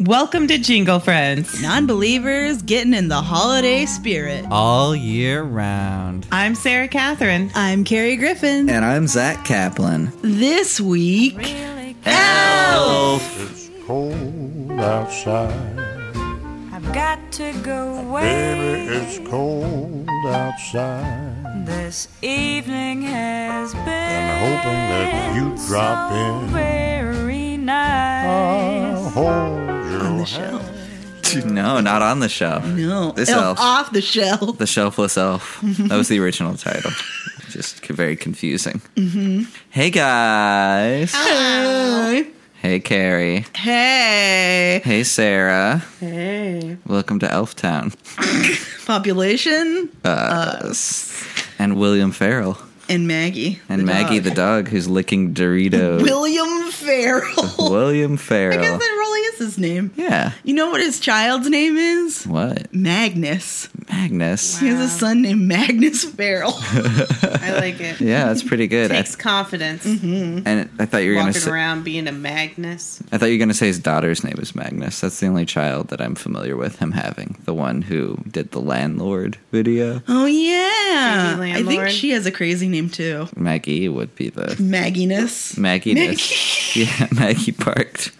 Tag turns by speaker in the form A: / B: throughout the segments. A: Welcome to Jingle Friends.
B: Non believers getting in the holiday spirit.
C: all year round.
A: I'm Sarah Catherine.
B: I'm Carrie Griffin.
C: And I'm Zach Kaplan.
B: This week,
D: It's cold outside.
E: I've got to go away.
D: Baby, it's cold outside.
E: This evening has been
D: I'm hoping that you drop
E: so
D: in.
E: very nice.
D: I'll hold your
B: on the shelf.
C: No, not on the shelf.
B: No,
C: This
B: elf
C: elf.
B: off the shelf.
C: The Shelfless Elf. That was the original title. Just c- very confusing. Mm-hmm. Hey, guys. Hey, Carrie.
B: Hey,
C: Hey, Sarah. Hey. Welcome to Elf Town.
B: population
C: And William Farrell.
B: Uh, and Maggie
C: And Maggie the dog who's licking Doritos.
B: William Farrell.
C: William
B: I guess
C: Farrell.
B: that really is his name.
C: Yeah.
B: You know what his child's name is?
C: What?
B: Magnus.
C: Magnus.
B: He has a son named Magnus Farrell.
F: I like it.
C: Yeah, Mm-hmm. that's pretty good. I,
F: Takes confidence
C: and I thought you were going to
F: walking
C: say.
F: around being a Magnus.
C: I thought you were going to say his daughter's name was Magnus. That's the only child that I'm familiar with him having. The one who did the landlord video.
B: oh yeah,
F: Crazy
B: I think
F: landlord.
B: she has a crazy name too.
C: Maggie would be the
B: Magginess.
C: Maggie. Dis- Yeah, Maggie barked.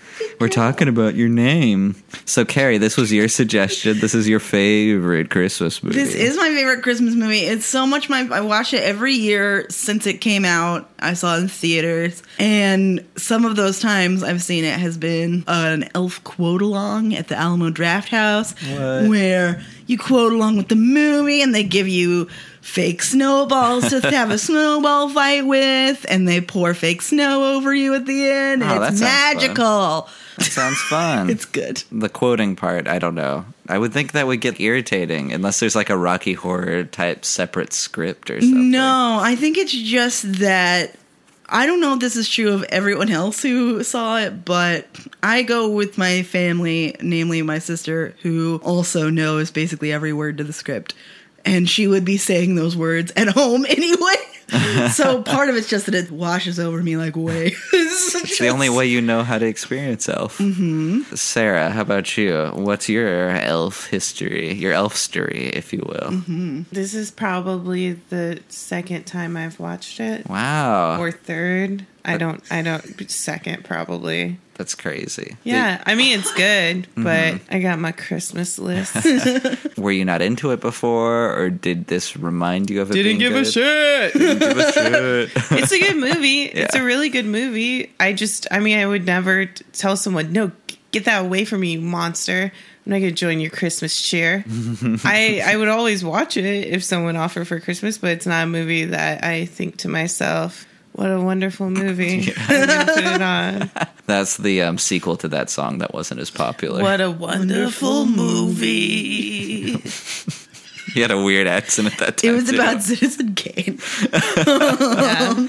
C: We're talking about your name. So Carrie, this was your suggestion. This is your favorite Christmas movie.
B: This is my favorite Christmas movie. It's so much my I watch it every year since it came out. I saw it in theaters, and some of those times I've seen it has been an elf quote along at the Alamo Draft House,
C: What?
B: where you quote along with the movie, and they give you fake snowballs to have a snowball fight with, and they pour fake snow over you at the end. and
C: Oh, that
B: it's
C: sounds fun.
B: magical.
C: sounds fun.
B: It's good.
C: the quoting part, I don't know. I would think that would get irritating unless there's like a Rocky Horror type separate script or something.
B: No, I think it's just that I don't know if this is true of everyone else who saw it, but I go with my family, namely my sister, who also knows basically every word to the script. And she would be saying those words at home anyway. so part of it's just that it washes over me like waves.
C: It's the only way you know how to experience elf. Mm-hmm. Sarah, how about you? What's your elf history, your elfstery, if you will?
F: This is probably the second time I've watched it,
C: Wow,
F: or third. I don't. I don't. Second probably.
C: that's crazy.
F: Yeah. I mean, it's good,
C: Mm-hmm.
F: but I got my Christmas list.
C: Did- were you not into it before, or did this remind you of it? being good?
F: shit.
C: Didn't give a shit.
F: it's a good movie. It's
C: Yeah.
F: a really good movie. I just, I mean, I would never t- tell someone, no, g- get that away from me, you monster. I'm not going to join your Christmas cheer. I, I would always watch it if someone offered for Christmas, but it's not a movie that I think to myself, what a wonderful movie. I'm going to put it on.
C: That's the um, sequel to that song that wasn't as popular.
F: What a wonderful movie.
C: He had a weird accent at that time.
B: It was
C: too.
B: about Citizen Kane.
F: Yeah.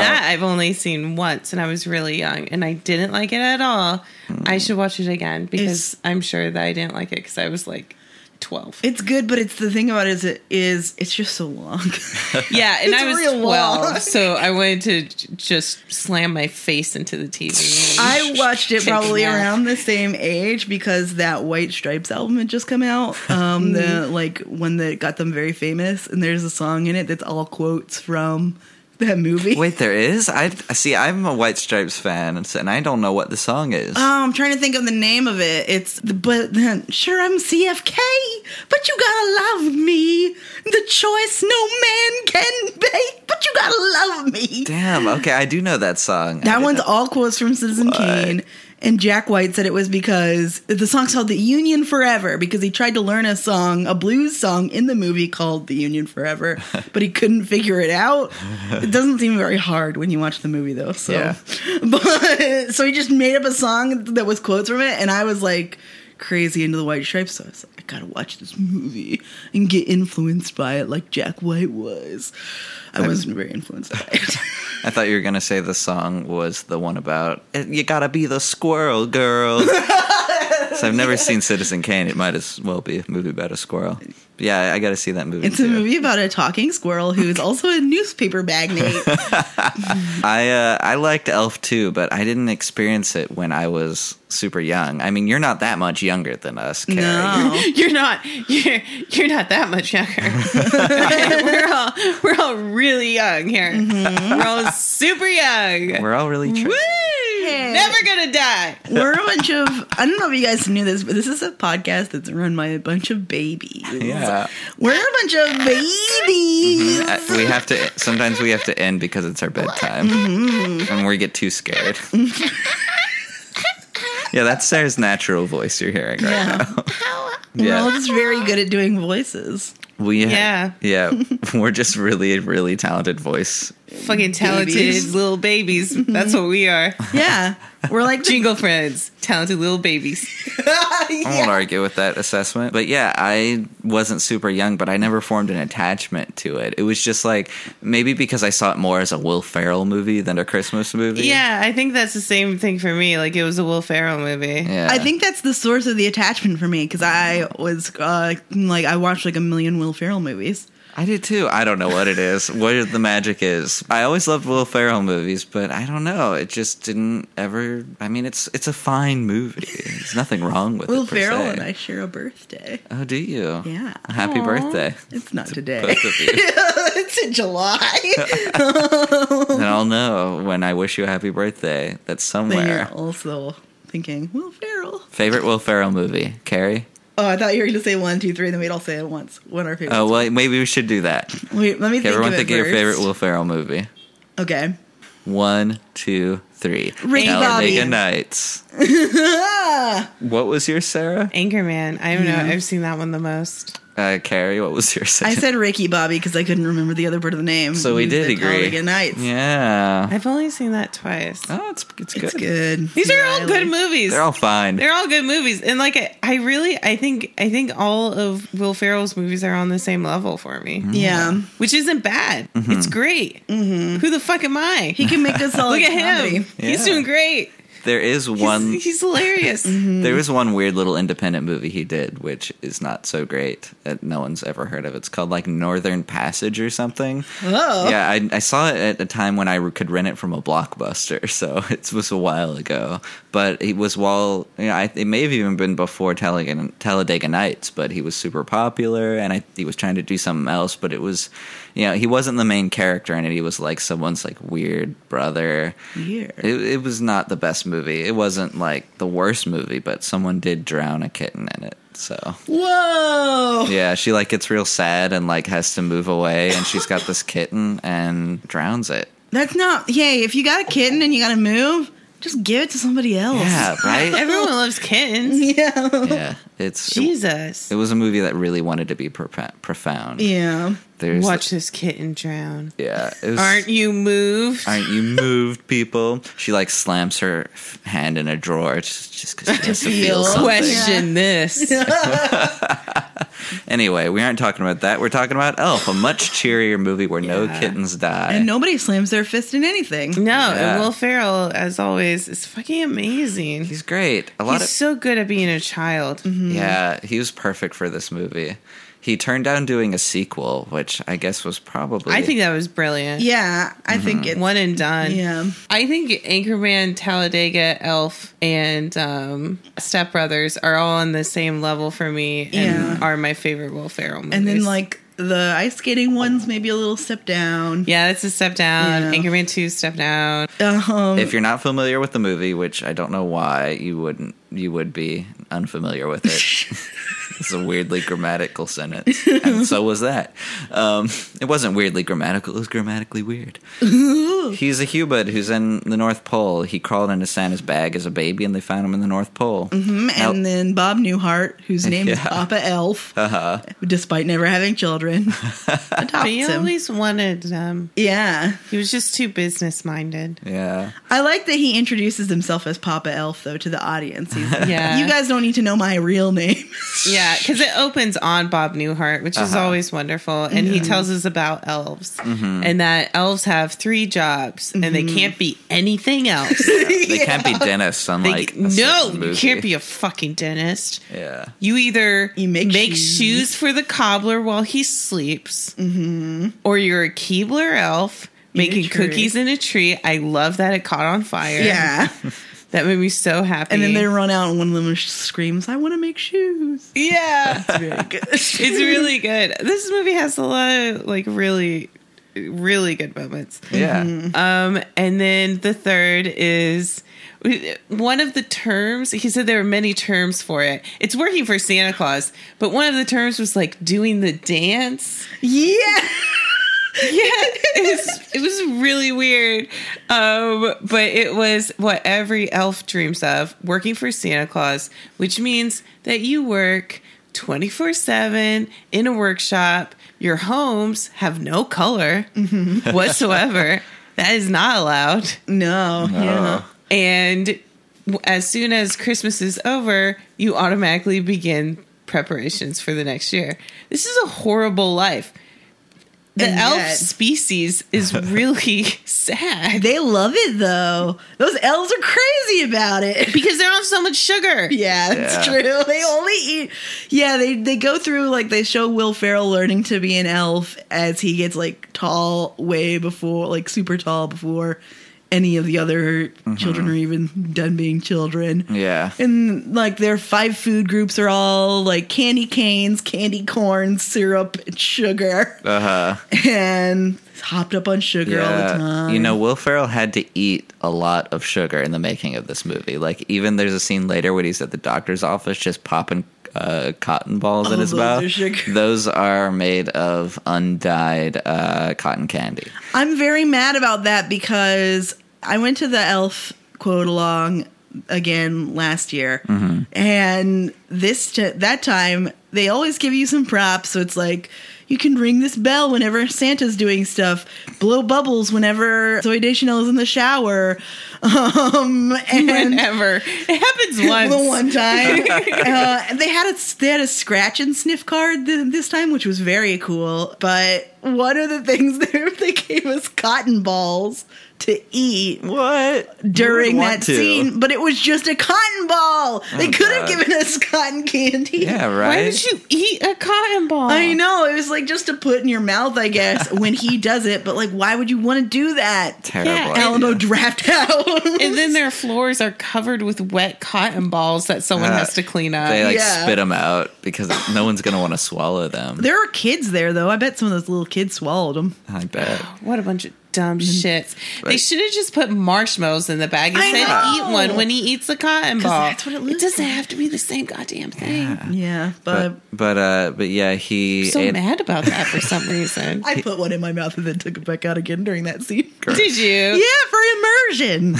F: That I've only seen once, and I was really young, and I didn't like it at all. I should watch it again because
B: It's-
F: I'm sure that I didn't like it because I was like 12.
B: It's good, but it's the thing about it is, it is it's just so long.
F: yeah, and
B: it's
F: I was
B: real
F: 12,
B: long.
F: so I wanted to j- just slam my face into the TV.
B: I watched it probably
F: Taking out.
B: around the same age because that White Stripes album had just come out. Um, the like one that got them very famous, and there's a song in it that's all quotes from that movie.
C: Wait, there is. I see. I'm a White Stripes fan, and I don't know what the song is.
B: Oh, I'm trying to think of the name of it. It's the, but then sure I'm CFK, but you gotta love me. The choice no man can make, but you gotta love me.
C: Damn. Okay, I do know that song. I
B: That
C: did
B: one's
C: not-
B: all quotes from Citizen Kane. And Jack White said it was because the song's called The Union Forever because he tried to learn a song, a blues song in the movie called The Union Forever, but he couldn't figure it out. It doesn't seem very hard when you watch the movie though. So
C: Yeah.
B: but so he just made up a song that was quotes from it and I was like crazy into the white stripes so I was like I gotta watch this movie and get influenced by it like Jack White was. I wasn't very influenced by it.
C: I thought you were gonna say the song was the one about you gotta be the squirrel girl. Since I've never seen Citizen Kane, it might as well be a movie about a squirrel. But yeah, I, I got to see that movie.
B: It's a
C: too.
B: movie about a talking squirrel who's also a newspaper magnate.
C: I uh, I liked Elf too, but I didn't experience it when I was super young. I mean, you're not that much younger than us, Carrie.
B: No.
F: You're not you're you're not that much younger. we're all we're all really young here.
C: Mm-hmm.
F: We're all super young.
C: We're all really tri-
F: Never gonna die.
B: We're a bunch of, I don't know if you guys knew this, but this is a podcast that's run by a bunch of babies.
C: yeah.
B: We're a bunch of babies.
C: Uh, we have to sometimes we have to end because it's our bedtime
B: Mm-hmm.
C: and we get too scared yeah that's sarah's natural voice you're hearing right
B: Yeah.
C: now
B: We're all
C: yeah
B: just very good at doing voices.
C: we
F: Yeah.
C: yeah we're just really really talented voice
F: Fucking talented
B: Babies.
F: little babies.
C: Mm-hmm.
F: That's what we are.
B: Yeah. We're like, the-
F: Jingle friends, talented little babies.
C: i won't argue with that assessment but yeah i wasn't super young but i never formed an attachment to it it was just like maybe because i saw it more as a will ferrell movie than a christmas movie
F: Yeah, I think that's the same thing for me. Like it was a Will Ferrell movie.
C: yeah
B: I think that's the source of the attachment for me because I was uh, like, I watched like a million Will Ferrell movies.
C: I did too. I don't know what it is, what the magic is. I always loved Will Ferrell movies, but I don't know. It just didn't ever. I mean, it's it's a fine movie. There's nothing wrong with
B: Will
C: it. per
B: Ferrell
C: se.
B: and I share a birthday.
C: Oh, do you?
B: Yeah.
C: Happy birthday.
B: It's not today.
C: Both of you.
B: it's in July.
C: and I'll know when I wish you a happy birthday. That's
B: then
C: somewhere.
B: you're also thinking, Will Ferrell.
C: Favorite Will Ferrell movie, Carrie?
B: Oh, I thought you were going to say one, two, three, then we'd all say it once. What our favorite?
C: Oh, well, maybe we should do that.
B: Wait, let me
C: Okay,
B: think
C: everyone
B: of it
C: think of your
B: first.
C: favorite Will Ferrell movie.
B: Okay.
C: One, two, three.
B: Ricky
C: Talladega
B: Bobby.
C: Nights.
B: Ah,
C: What was your Sarah?
F: Anchorman. I don't know. I've seen that one the most.
C: Uh, Carrie, what was your second?
B: I said Ricky Bobby because I couldn't remember the other part of the name.
C: So we did agree.
B: Good nights.
C: Yeah.
F: I've only seen that twice.
C: Oh, it's it's good.
B: It's good.
F: These are all
B: Riley.
F: good movies.
C: They're all fine.
F: They're all good movies, and like I, I really, I think, I think all of Will Ferrell's movies are on the same level for me,
C: Mm-hmm.
B: Yeah.
F: which isn't bad. It's great. Who the fuck am I?
B: He can make a solid
F: Look at
B: comedy.
F: him. He's
C: Yeah.
F: doing great.
C: there is one.
F: He's, he's hilarious.
C: there is one weird little independent movie he did, which is not so great that no one's ever heard of. It's called like Northern Passage or something.
B: Oh.
C: Yeah, I, I saw it at a time when I could rent it from a blockbuster, so it was a while ago. But it was while you know, I, it may have even been before Talladega, Talladega Nights, but he was super popular, and I, he was trying to do something else. But it was, you know, he wasn't the main character in it. He was like someone's like weird brother.
B: Weird.
C: It, it was not the best movie. It wasn't like the worst movie, but someone did drown a kitten in it. So
B: Whoa.
C: yeah, she like gets real sad and like has to move away, and she's got this kitten and drowns it.
B: That's not. Hey, if you got a kitten and you got to move, just give it to somebody
F: Oh.
B: else.
C: Yeah, right.
F: Everyone loves kittens.
B: Yeah.
C: yeah, it's it,
F: Jesus,
C: it was a movie that really wanted to be profa- profound.
B: Yeah.
C: There's
F: watch this kitten drown.
C: yeah, it was,
F: Aren't you moved?
C: aren't you moved, people? She like slams her f- hand in a drawer just just because she has to feel
B: feel.
C: something.
F: Question this.
C: Anyway, we aren't talking about that. We're talking about Elf, a much cheerier movie where no
F: Yeah.
C: kittens die.
B: And nobody slams their fist in anything.
F: No,
C: Yeah.
F: and Will Ferrell, as always, is fucking amazing. He's, mm-hmm.
C: He's great. A lot of
F: so good at being a child.
C: Mm-hmm. Yeah, he was perfect for this movie. He turned down doing a sequel, which I guess was probably.
F: I think that was brilliant.
B: Yeah, I think
C: Mm-hmm.
B: it.
F: One and done.
B: Yeah.
F: I think Anchorman, Talladega, Elf, and um, Step Brothers are all on the same level for me and
B: Yeah.
F: are my favorite Will Ferrell movies.
B: And then like the ice skating ones, maybe a little step down.
F: yeah, that's a step down.
B: Yeah.
F: Anchorman two, step down.
B: Um,
C: if you're not familiar with the movie, which I don't know why you wouldn't, you would be unfamiliar with it. it's a weirdly grammatical sentence, and so was that. Um, it wasn't weirdly grammatical; it was grammatically weird. He's a Hubert who's in the North Pole. He crawled into Santa's bag as a baby, and they found him in the North Pole.
F: Mm-hmm.
B: and then Bob Newhart, whose name is
C: Yeah. Uh-huh.
B: Papa Elf, despite never having children, adopts
F: But he
B: him.
F: always wanted them.
B: yeah,
F: He was just too business minded.
C: Yeah.
B: I like that he introduces himself as Papa Elf though to the audience. He's like,
F: Yeah.
B: you guys don't need to know my real name.
F: Yeah, because it opens on Bob
C: Uh-huh. Mm-hmm.
F: Newhart, which is always wonderful, and he tells us about elves and that elves have three jobs and they can't be anything else.
C: They can't be dentists on
F: They-
C: like a
F: no,
C: certain
F: you
C: movie.
F: can't be a fucking dentist.
C: Yeah,
F: You either
B: You make
F: make,
B: shoes.
F: shoes. for the cobbler while he sleeps, or you're a Keebler elf making
B: Mm-hmm. tree.
F: cookies in a tree. I love that it caught on fire.
B: Yeah.
F: That made me so happy.
B: And then they run out, and one of them screams, "I want to make shoes."
F: yeah,
B: Very good.
F: it's really good. This movie has a lot of like really, really good moments.
C: yeah.
F: Um, and then the third is one of the terms. He said there were many terms for it. It's working for Santa Claus, but one of the terms was like doing the dance.
B: yeah.
F: Yeah, it was, it was really weird. Um, but it was what every elf dreams of working for Santa Claus, which means that you work 24 7 in a workshop. Your homes have no color whatsoever. that is not allowed.
B: No. Yeah.
F: And w- as soon as Christmas is over, you automatically begin preparations for the next year. This is a horrible life. The
B: And
F: elf
B: yet-
F: species is really sad
B: They love it though. Those elves are crazy about it.
F: because they're on so much sugar.
B: Yeah, that's
C: Yeah.
B: true. They only eat. Yeah, they they go through like they show Will Ferrell learning to be an elf as he gets like tall way before like super tall before any of the other
C: Mm-hmm.
B: children are even done being children.
C: Yeah.
B: And like their five food groups are all like candy canes, candy corn, syrup, and sugar,
C: Uh
B: and hopped up on sugar all the
C: Yeah.
B: time.
C: You know, Will Ferrell had to eat a lot of sugar in the making of this movie. Like, even there's a scene later when he's at the doctor's office just popping uh, cotton balls in
B: Oh,
C: his
B: those
C: mouth.
B: are sugar.
C: Those are made of undyed uh, cotton candy.
B: I'm very mad about that because I went to the elf quote along again last year, and this t- that time they always give you some props. So it's like you can ring this bell whenever Santa's doing stuff, blow bubbles whenever Zoe Deschanel is in the shower, um, and
F: Whenever it happens once,
B: the one time. uh, and they had a they had a scratch and sniff card th- this time, which was very cool. But one of the things they they gave us cotton balls to eat
C: What?
B: during that scene, but it was just a cotton ball. They could have
C: God.
B: given us cotton candy.
C: Yeah, right.
F: why would you eat a cotton ball?
B: I know it was like just to put in your mouth, I guess, when he does it. But like, why would you want to do that?
C: Terrible.
F: Yeah,
C: idea.
B: Alamo draft out.
F: And then their floors are covered with wet cotton balls that someone
C: Uh,
F: has to clean up.
C: They like
B: Yeah.
C: spit them out because no one's gonna want to swallow them.
B: there are kids there though. I bet some of those little kids swallowed them.
C: I bet.
F: What a bunch of dumb shits. They
C: Right.
F: should have just put marshmallows in the bag and
B: Mm-hmm. I
F: said,
B: know.
F: eat one when he eats the cotton ball.
B: that's what it looks
F: doesn't
B: like.
F: have to be the same goddamn thing.
B: Yeah, but
C: But but uh but yeah, he
F: I'm so
C: ate-
F: mad about that for some reason.
B: I put one in my mouth and then took it back out again during that scene.
F: Did you?
B: Yeah, for immersion.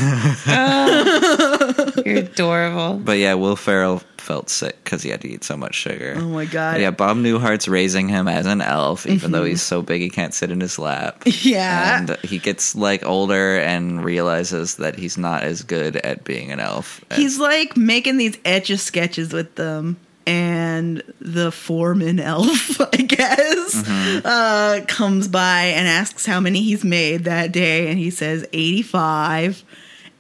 F: You're adorable.
C: But yeah, Will Ferrell felt sick because he had to eat so much sugar.
B: Oh my God. Mm-hmm.
C: Yeah, Bob Newhart's raising him as an elf, even though he's so big he can't sit in his lap.
B: Yeah.
C: and he gets like older and realizes that he's not as good at being an elf. And-
B: He's like making these etch a sketches with them. And the foreman elf, I guess,
C: Mm-hmm.
B: uh, comes by and asks how many he's made that day. And he says 85.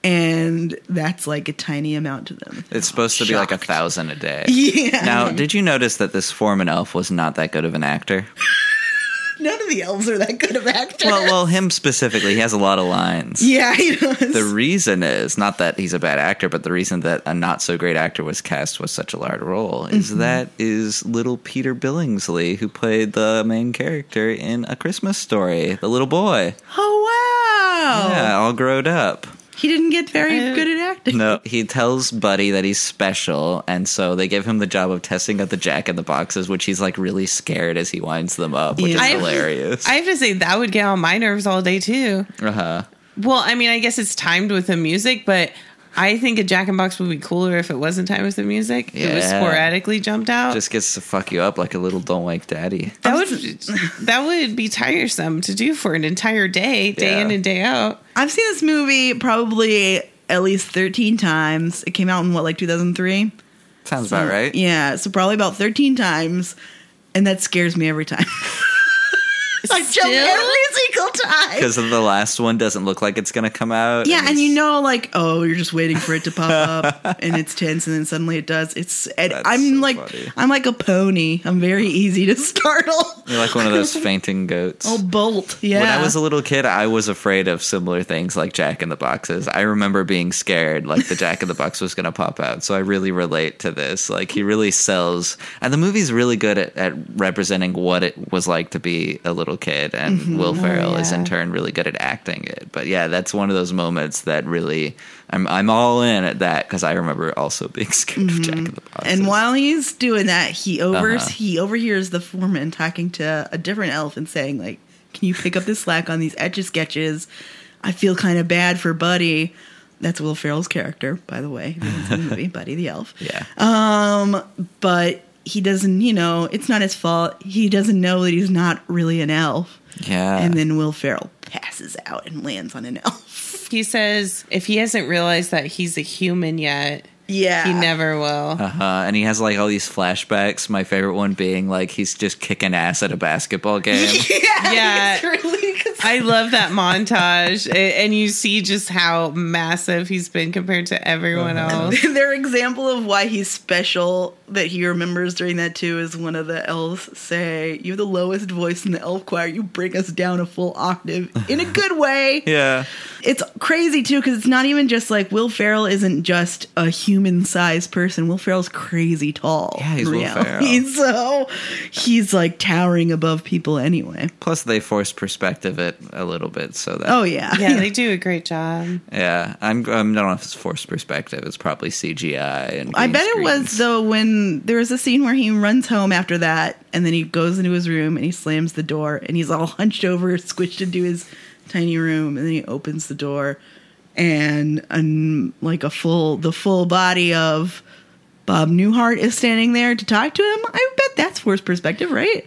B: And that's like a tiny amount to them.
C: it's supposed to be like a thousand a day.
B: Yeah.
C: Now, did you notice that this foreman elf was not that good of an actor?
B: None of the elves are that good of actors.
C: well, well, him specifically, he has a lot of lines.
B: yeah, he does.
C: The reason is not that he's a bad actor, but the reason that a not so great actor was cast with such a large role is
B: Mm-hmm.
C: that is little Peter Billingsley, who played the main character in A Christmas Story, the little boy.
B: oh, wow.
C: Yeah, all grown up.
B: He didn't get very
F: Uh,
B: good at acting.
C: No, he tells Buddy that he's special, and so they give him the job of testing out the jack in the boxes, which he's like really scared as he winds them up, which
B: Yeah.
C: is
B: I-
C: hilarious.
F: I have to say, that would get on my nerves all day, too.
C: uh-huh.
F: Well, I mean, I guess it's timed with the music, but I think a Jack and Box would be cooler if it wasn't timed with the music. It was
C: Yeah.
F: sporadically jumped out.
C: Just gets to fuck you up like a little don't like daddy.
F: that would that would be tiresome to do for an entire day, day in
C: Yeah.
F: and day out.
B: I've seen this movie probably at least 13 times. It came out in what, like 2003?
C: Sounds about right.
B: Yeah, so probably about 13 times. And that scares me every time. I jump every single time.
C: because the last one doesn't look like it's going to come out.
B: Yeah, and you
C: it's-
B: know, like, oh, you're just waiting for it to pop up, and it's tense, and then suddenly it does. It's, and
C: That's
B: I'm
C: so
B: like,
C: funny.
B: I'm like a pony. I'm very easy to startle.
C: you're like one of those fainting goats.
B: I'll bolt. Yeah.
C: When I was a little kid, I was afraid of similar things like Jack in the Boxes. I remember being scared like the Jack in the Box was going to pop out. So I really relate to this. Like he really sells, and the movie's really good at, at representing what it was like to be a little kid. And
B: Mm-hmm. Oh,
C: Will Ferrell is in
F: yeah.
C: turn really good at acting it. But yeah, that's one of those moments that really I'm I'm all in at that because I remember also being scared of Jack in the Box.
B: Mm-hmm. and while he's doing that, he overs
C: Uh-huh.
B: he overhears the foreman talking to a different elf and saying, like, can you pick up the slack on these etch a sketches? I feel kind of bad for Buddy. That's Will Ferrell's character, by the way. if you haven't seen the movie, Buddy the Elf.
C: yeah,
B: But he doesn't, you know, it's not his fault. He doesn't know that he's not really an elf.
F: Uh.
C: yeah,
B: and then Will Ferrell passes out and lands on an elf.
F: He says if he hasn't realized that he's a human yet,
B: Yeah.
F: he never will.
C: Uh, and he has like all these flashbacks. My favorite one being like he's just kicking ass at a basketball game.
F: Yeah.
B: It's really-
F: Uh, I love that montage, A- and you see just how massive he's been compared to everyone else.
B: Their example of why he's special that he remembers during that too is one of the elves say, "You're the lowest voice in the elf choir. You bring us down a full octave in a good way."
C: yeah,
B: It's crazy too because it's not even just like Will Ferrell isn't just a human-sized person. Will Ferrell's crazy tall.
C: Yeah, he's
B: in
C: Will
B: reality. So he's like towering above people anyway.
C: Plus, they force perspective it a little bit, so that
B: Oh yeah,
F: Yeah, they do a great job.
C: yeah. I'm I'm I don't know if it's forced perspective. It's probably CGI. And
B: I
C: green
B: bet it was
C: screens.
B: though when there was a scene where he runs home after that and then he goes into his room and he slams the door and he's all hunched over, squished into his tiny room, and then he opens the door and an, like a full the full body of Bob Newhart is standing there to talk to him. I bet that's forced perspective, right?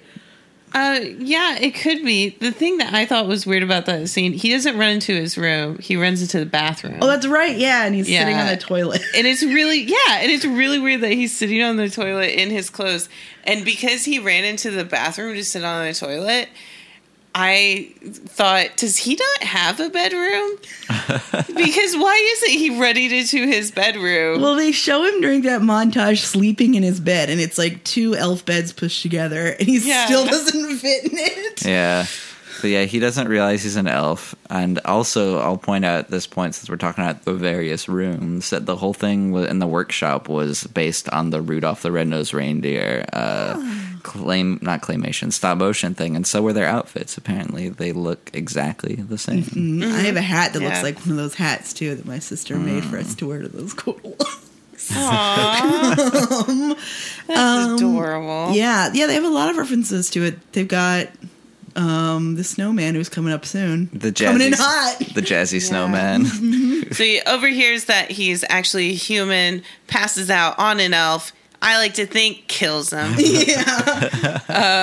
F: Uh, yeah, it could be. The thing that I thought was weird about that scene, he doesn't run into his room; he runs into the bathroom.
B: Oh, that's right. Yeah, and he's sitting on
F: Yeah.
B: the toilet.
F: and it's really yeah and it's really weird that he's sitting on the toilet in his clothes and because he ran into the bathroom to sit on the toilet i thought does he not have a bedroom because why isn't he running into his bedroom
B: Well, they show him during that montage sleeping in his bed, and it's like two elf beds pushed together, and he
F: Yeah.
B: still doesn't fit in it.
C: Yeah. But yeah, he doesn't realize he's an elf. And also, I'll point out at this point, since we're talking about the various rooms, that the whole thing wa- in the workshop was based on the Rudolph the Red-Nosed Reindeer uh, claim, not claymation, stop motion thing. And so were their outfits. Apparently, they look exactly the same.
B: I have a hat that looks
F: Yeah.
B: like one of those hats too that my sister made for us to wear to those school.
F: Aww. that's adorable
B: yeah, yeah, they have a lot of references to it. They've got um the snowman who's coming up soon.
C: The jazzy,
B: coming in hot.
C: the jazzy snowman.
F: so he overhears that he's actually human passes out on an elf i like to think kills him
B: yeah.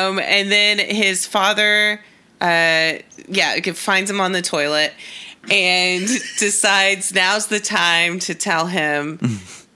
F: Um, and then his father, uh, yeah, finds him on the toilet and decides now's the time to tell him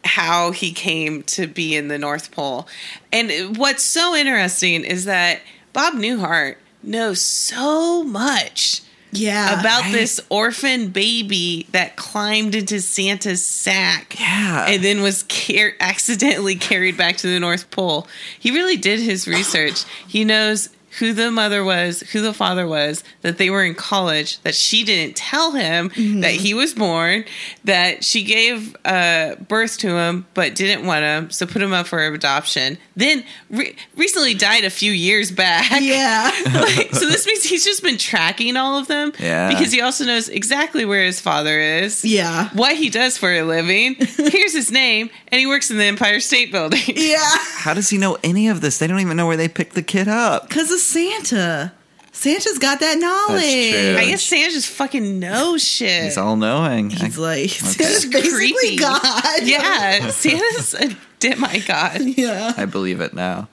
F: how he came to be in the North Pole. And what's so interesting is that Bob Newhart knows so much
B: Yeah.
F: about this orphan baby that climbed into Santa's sack
C: Yeah.
F: and then was car- accidentally carried back to the North Pole. He really did his research. He knows who the mother was, who the father was, that they were in college, that she didn't tell him that he was born, that she gave uh, birth to him but didn't want him, so put him up for adoption. Then re- recently died a few years back.
B: Yeah.
F: Like, so this means he's just been tracking all of them
C: Yeah.
F: because he also knows exactly where his father is
B: Yeah.
F: what he does for a living here's his name and he works in the empire state building
B: Yeah.
C: How does he know any of this? They don't even know where they picked the kid up.
B: Cause of Santa. Santa's got that knowledge.
C: true.
F: i guess santa just fucking knows shit
C: He's all knowing.
B: He's like Santa's basically
F: creepy.
B: God.
F: yeah santa's a di- my god
B: Yeah.
C: I believe it now.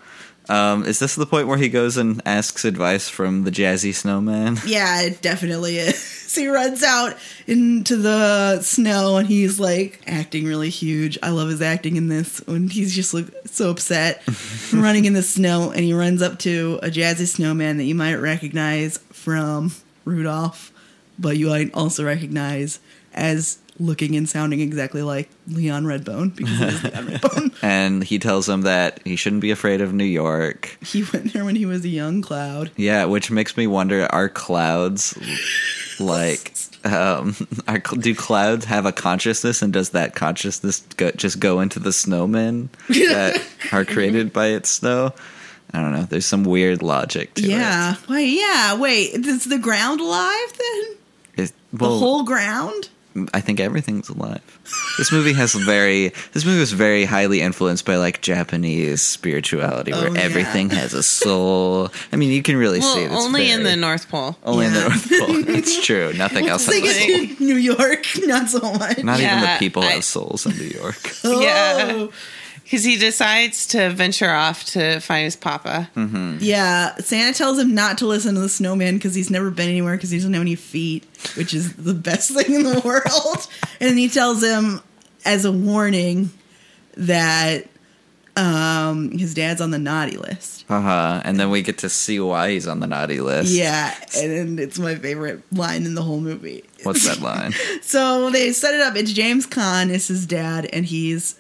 C: Um, is this the point where he goes and asks advice from the jazzy snowman?
B: Yeah, it definitely is. he runs out into the snow and he's like acting really huge. I love his acting in this. And he's just like so upset running in the snow and he runs up to a jazzy snowman that you might recognize from Rudolph, but you might also recognize as looking and sounding exactly like Leon Redbone because he is Leon Redbone.
C: And he tells him that he shouldn't be afraid of New York.
B: He went there when he was a young cloud.
C: Yeah, which makes me wonder: Are clouds like? Um, are, do clouds have a consciousness, and does that consciousness go, just go into the snowmen that are created by its snow? I don't know. There's some weird logic to it.
B: Yeah. Wait, yeah, wait. Is the ground alive then?
C: It's-
B: The
C: well,
B: whole ground?
C: I think everything's alive. This movie has very. This movie was very highly influenced by like Japanese spirituality, where
B: Oh, yeah.
C: everything has a soul. I mean, you can really see it.
F: Well,
C: It's
F: only in
C: very-
F: the North Pole.
C: Only in the
B: Yeah.
C: North Pole. It's true. Nothing else.
B: Like
C: has a soul.
B: in New York, not so much.
C: Not even the
F: Yeah,
C: people
F: I-
C: have souls in New York.
B: oh,
F: Yeah. Because he decides to venture off to find his papa.
B: yeah. Santa tells him not to listen to the snowman because he's never been anywhere because he doesn't have any feet, which is the best thing in the world. and he tells him as a warning that um, his dad's on the naughty list.
C: Uh-huh. And then we get to see why he's on the naughty list.
B: Yeah, and it's my favorite line in the whole movie.
C: What's that line?
B: So they set it up. It's James Caan is his dad, and he's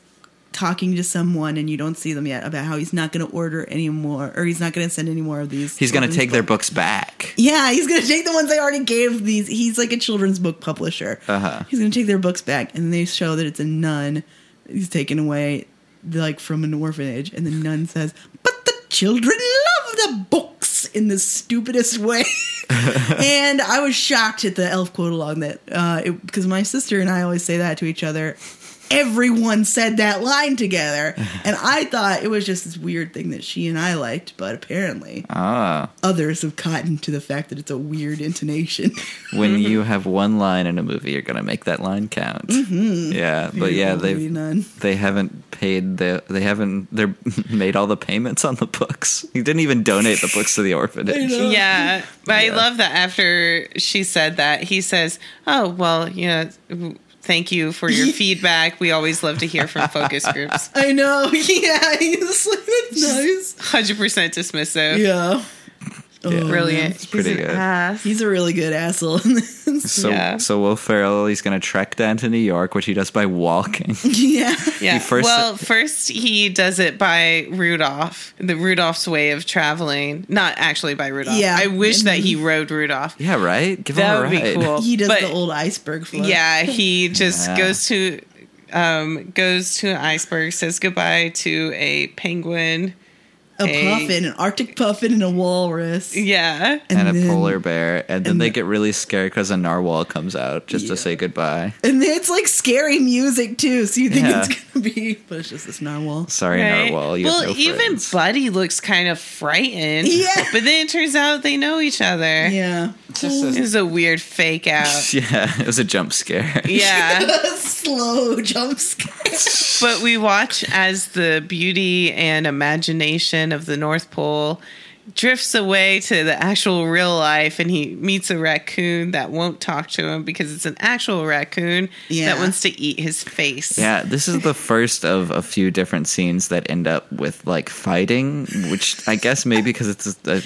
B: talking to someone, and you don't see them yet about how he's not going to order any more, or he's not going to send any more of these.
C: He's going to
B: children's
C: take their
B: books.
C: books back.
B: Yeah, he's going to take the ones I already gave these. He's like a children's book publisher.
C: Uh-huh.
B: He's going to take their books back, and they show that it's a nun. He's taken away, like from an orphanage, and the nun says, "But the children love the books in the stupidest way." and I was shocked at the elf quote along that uh, it because my sister and I always say that to each other. Everyone said that line together, and I thought it was just this weird thing that she and I liked, but apparently
C: Ah.
B: others have gotten to the fact that it's a weird intonation.
C: When
F: Mm-hmm.
C: you have one line in a movie, you're going to make that line count.
F: Mm-hmm.
C: Yeah. But yeah,
B: Maybe
C: they've
B: none.
C: they haven't paid the they haven't they're made all the payments on the books. He didn't even donate the books to the orphanage.
F: Yeah, but I love that after she said that, he says, Oh, well, you know, w- thank you for your feedback. We always love to hear from focus groups.
B: I know. Yeah, he's like that's nice.
F: 100% dismissive.
B: Yeah. Oh,
F: Brilliant.
B: man.
C: It's pretty
F: He's an
C: good.
F: ass.
B: He's a really good asshole in this.
C: So
F: Yeah.
C: so Will Ferrell he's going to trek down to New York, which he does by walking.
B: yeah.
F: Yeah.
C: first-
F: well, first he does it by Rudolph, the Rudolph's way of traveling. Not actually by Rudolph.
B: Yeah.
F: I wish that he
C: Mm-hmm.
F: rode Rudolph.
C: Yeah, right. Give him
F: That
C: a
F: would
C: ride.
F: be cool.
B: He does
F: But-
B: the old iceberg float.
F: Yeah, he just
C: Yeah.
F: goes to um goes to an iceberg, says goodbye to a penguin.
B: A
F: Hey.
B: puffin, an arctic puffin, and a walrus.
F: Yeah.
C: and, a
B: then-
C: polar bear, and then
B: and
C: they
B: the-
C: get really scared because a narwhal comes out just
B: Yeah.
C: to say goodbye.
B: And then it's like scary music too, so you think
C: Yeah.
B: it's gonna be, but it's just this narwhal.
C: Sorry,
F: Right?
C: narwhal. You
F: well,
C: have no
F: even
C: friends.
F: Buddy looks kind of frightened.
B: Yeah.
F: But then it turns out they know each other.
B: Yeah,
F: It was a weird fake out.
C: yeah, it was a jump scare.
F: yeah.
B: slow jump scare.
F: But we watch as the beauty and imagination of the North Pole drifts away to the actual real life and he meets a raccoon that won't talk to him because it's an actual raccoon
B: Yeah.
F: that wants to eat his face.
C: Yeah, this is the first of a few different scenes that end up with like fighting, which I guess maybe because it's a,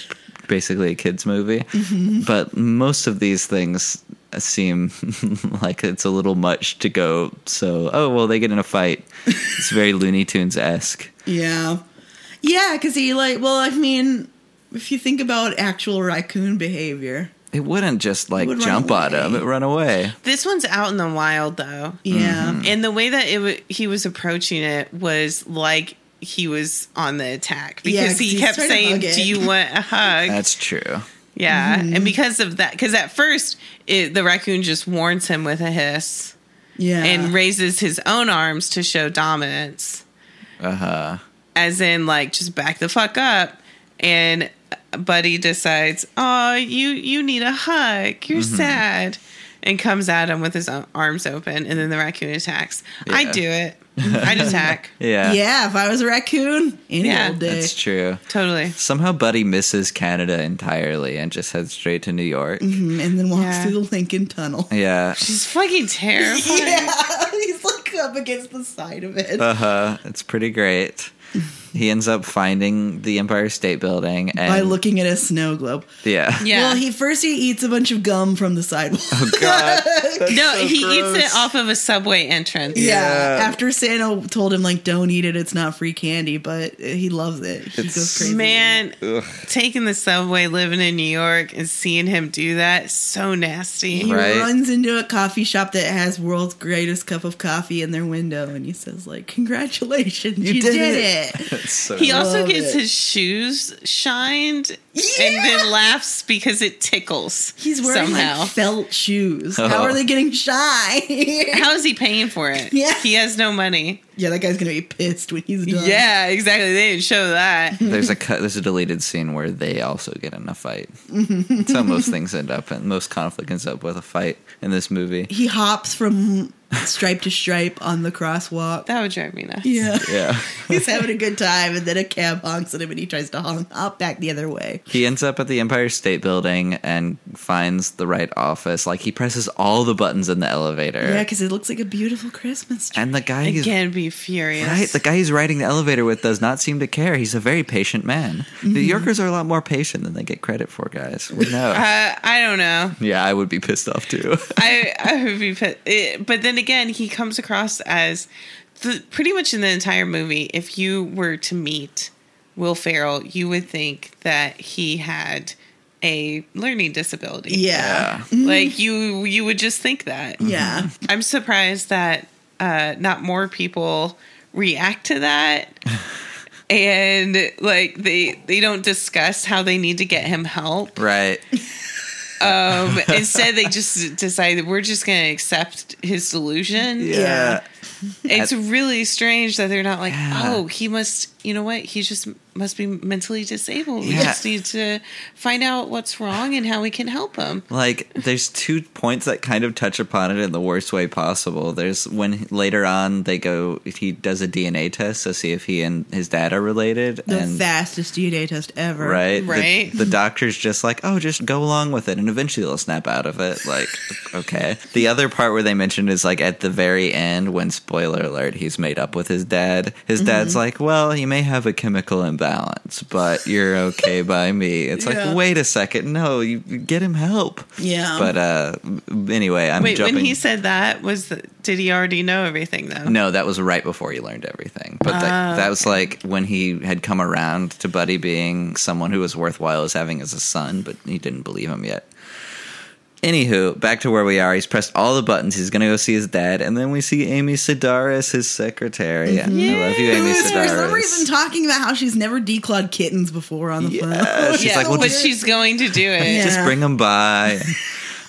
C: basically a kids movie.
B: Mm-hmm.
C: But most of these things seem like it's a little much to go. So, oh well, they get in a fight. It's very Looney Tunes esque.
B: Yeah. Yeah, because he, like, well, I mean, if you think about actual raccoon behavior.
C: It wouldn't just like
B: would run
C: jump on
B: away.
C: him; it run away.
F: This one's out in the wild though.
B: Yeah.
F: And the way that it w- he was approaching it was like he was on the attack
B: Yeah,
F: because
B: 'cause
F: he
B: he's
F: kept
B: trying to
F: saying,
B: hug it.
F: "Do you want a hug?"
C: That's true.
F: Yeah,
B: Mm-hmm.
F: and because of that, because at first it, the raccoon just warns him with a hiss
B: Yeah.
F: and raises his own arms to show dominance,
C: Uh huh.
F: as in like just back the fuck up. And uh, Buddy decides, "Oh, you you need a hug. You're sad," and comes at him with his o- arms open, and then the raccoon attacks. I
C: Yeah.
F: do it. I'd attack.
C: Yeah.
B: Yeah, if I was a raccoon, any
F: Yeah.
B: old day.
C: That's true.
F: Totally.
C: Somehow Buddy misses Canada entirely and just heads straight to New York.
B: Mm, And then walks
F: Yeah.
B: through the Lincoln Tunnel.
C: Yeah.
F: She's fucking terrifying.
B: Yeah, he's like up against the side of it.
C: Uh huh. It's pretty great. He ends up finding the Empire State Building and
B: by looking at a snow globe.
C: Yeah.
F: Yeah.
B: Well, he first he eats a bunch of gum from the sidewalk.
C: God.
F: no,
C: so
F: he eats
C: gross.
F: it off of a subway entrance.
B: yeah.
C: Yeah.
B: After Santa told him like, "Don't eat it; it's not free candy," but he loves it. He goes crazy.
F: Man, taking the subway, living in New York, and seeing him do that, so nasty.
B: he
C: Right.
B: runs into a coffee shop that has world's greatest cup of coffee in their window, and he says, "Like, congratulations, you, did,
C: did
B: it!"
C: That's so
F: He also
B: Love
F: gets
B: it.
F: his shoes shined and
B: Yeah!
F: then laughs because it tickles.
B: He's wearing
F: somehow.
B: like felt shoes.
C: Oh.
B: How are they getting shy?
F: How is he paying for it?
B: Yeah.
F: He has no money.
B: yeah, that guy's gonna be pissed when he's done.
F: Yeah, exactly. They didn't show that.
C: there's a cut there's a deleted scene where they also get in a fight. That's how most things end up and most conflict ends up with a fight in this movie.
B: he hops from stripe to stripe on the crosswalk.
F: That would drive me nuts.
B: Yeah.
C: Yeah.
B: He's having a good time, and then a cab honks at him, and he tries to honk, hop back the other way.
C: He ends up at the Empire State Building and finds the right office. Like he presses all the buttons in the elevator.
B: Yeah, because it looks like a beautiful Christmas tree.
C: and the guy he's
F: Again, be furious.
C: right, the guy he's riding the elevator with does not seem to care. He's a very patient man.
B: Mm-hmm.
C: New Yorkers are a lot more patient than they get credit for, guys. We know.
B: Uh-huh.
F: uh, I don't know.
C: yeah, I would be pissed off too.
F: I, I would be pissed. It, but then again, he comes across as the, pretty much in the entire movie. If you were to meet Will Ferrell, you would think that he had a learning disability.
B: Yeah. Mm-hmm.
F: like you you would just think that.
B: Yeah.
F: I'm surprised that uh, not more people react to that. And like they they don't discuss how they need to get him help.
C: right.
F: Um, instead, they just decided we're just going to accept his delusion.
C: yeah.
F: It's really strange that they're not like,
C: Yeah.
F: oh, he must, you know what? He just must be mentally disabled. We
C: Yeah.
F: just need to find out what's wrong and how we can help him.
C: Like, there's two points that kind of touch upon it in the worst way possible. There's when later on they go, he does a DNA test to see if he and his dad are related.
B: The
C: and
B: fastest DNA test ever.
C: right, The-
F: Right.
C: The, doctor's just like, oh, just go along with it, and eventually they'll snap out of it. Like, okay. The other part where they mentioned is like at the very end when spoiler alert, he's made up with his dad. His dad's like, well, you may have a chemical imbalance, but you're okay by me. It's
B: Yeah.
C: like, wait a second, no, you you get him help.
B: Yeah.
C: But uh, anyway, I'm
F: Wait,
C: jumping.
F: when he said that, was the, did he already know everything though?
C: no, that was right before he learned everything. But that,
B: Oh,
C: that was like when he had come around to Buddy being someone who was worthwhile as having as a son, but he didn't believe him yet. Anywho, back to where we are. He's pressed all the buttons. He's going to go see his dad, and then we see Amy Sedaris, his secretary. I love you,
B: Who
C: Amy
B: is Mm-hmm. for some
C: Sedaris.
B: reason talking about how she's never declawed kittens before on the
C: Yeah,
B: phone.
C: she's like, well,
F: but
C: just,
F: she's going to do it.
B: Yeah.
C: just bring him by.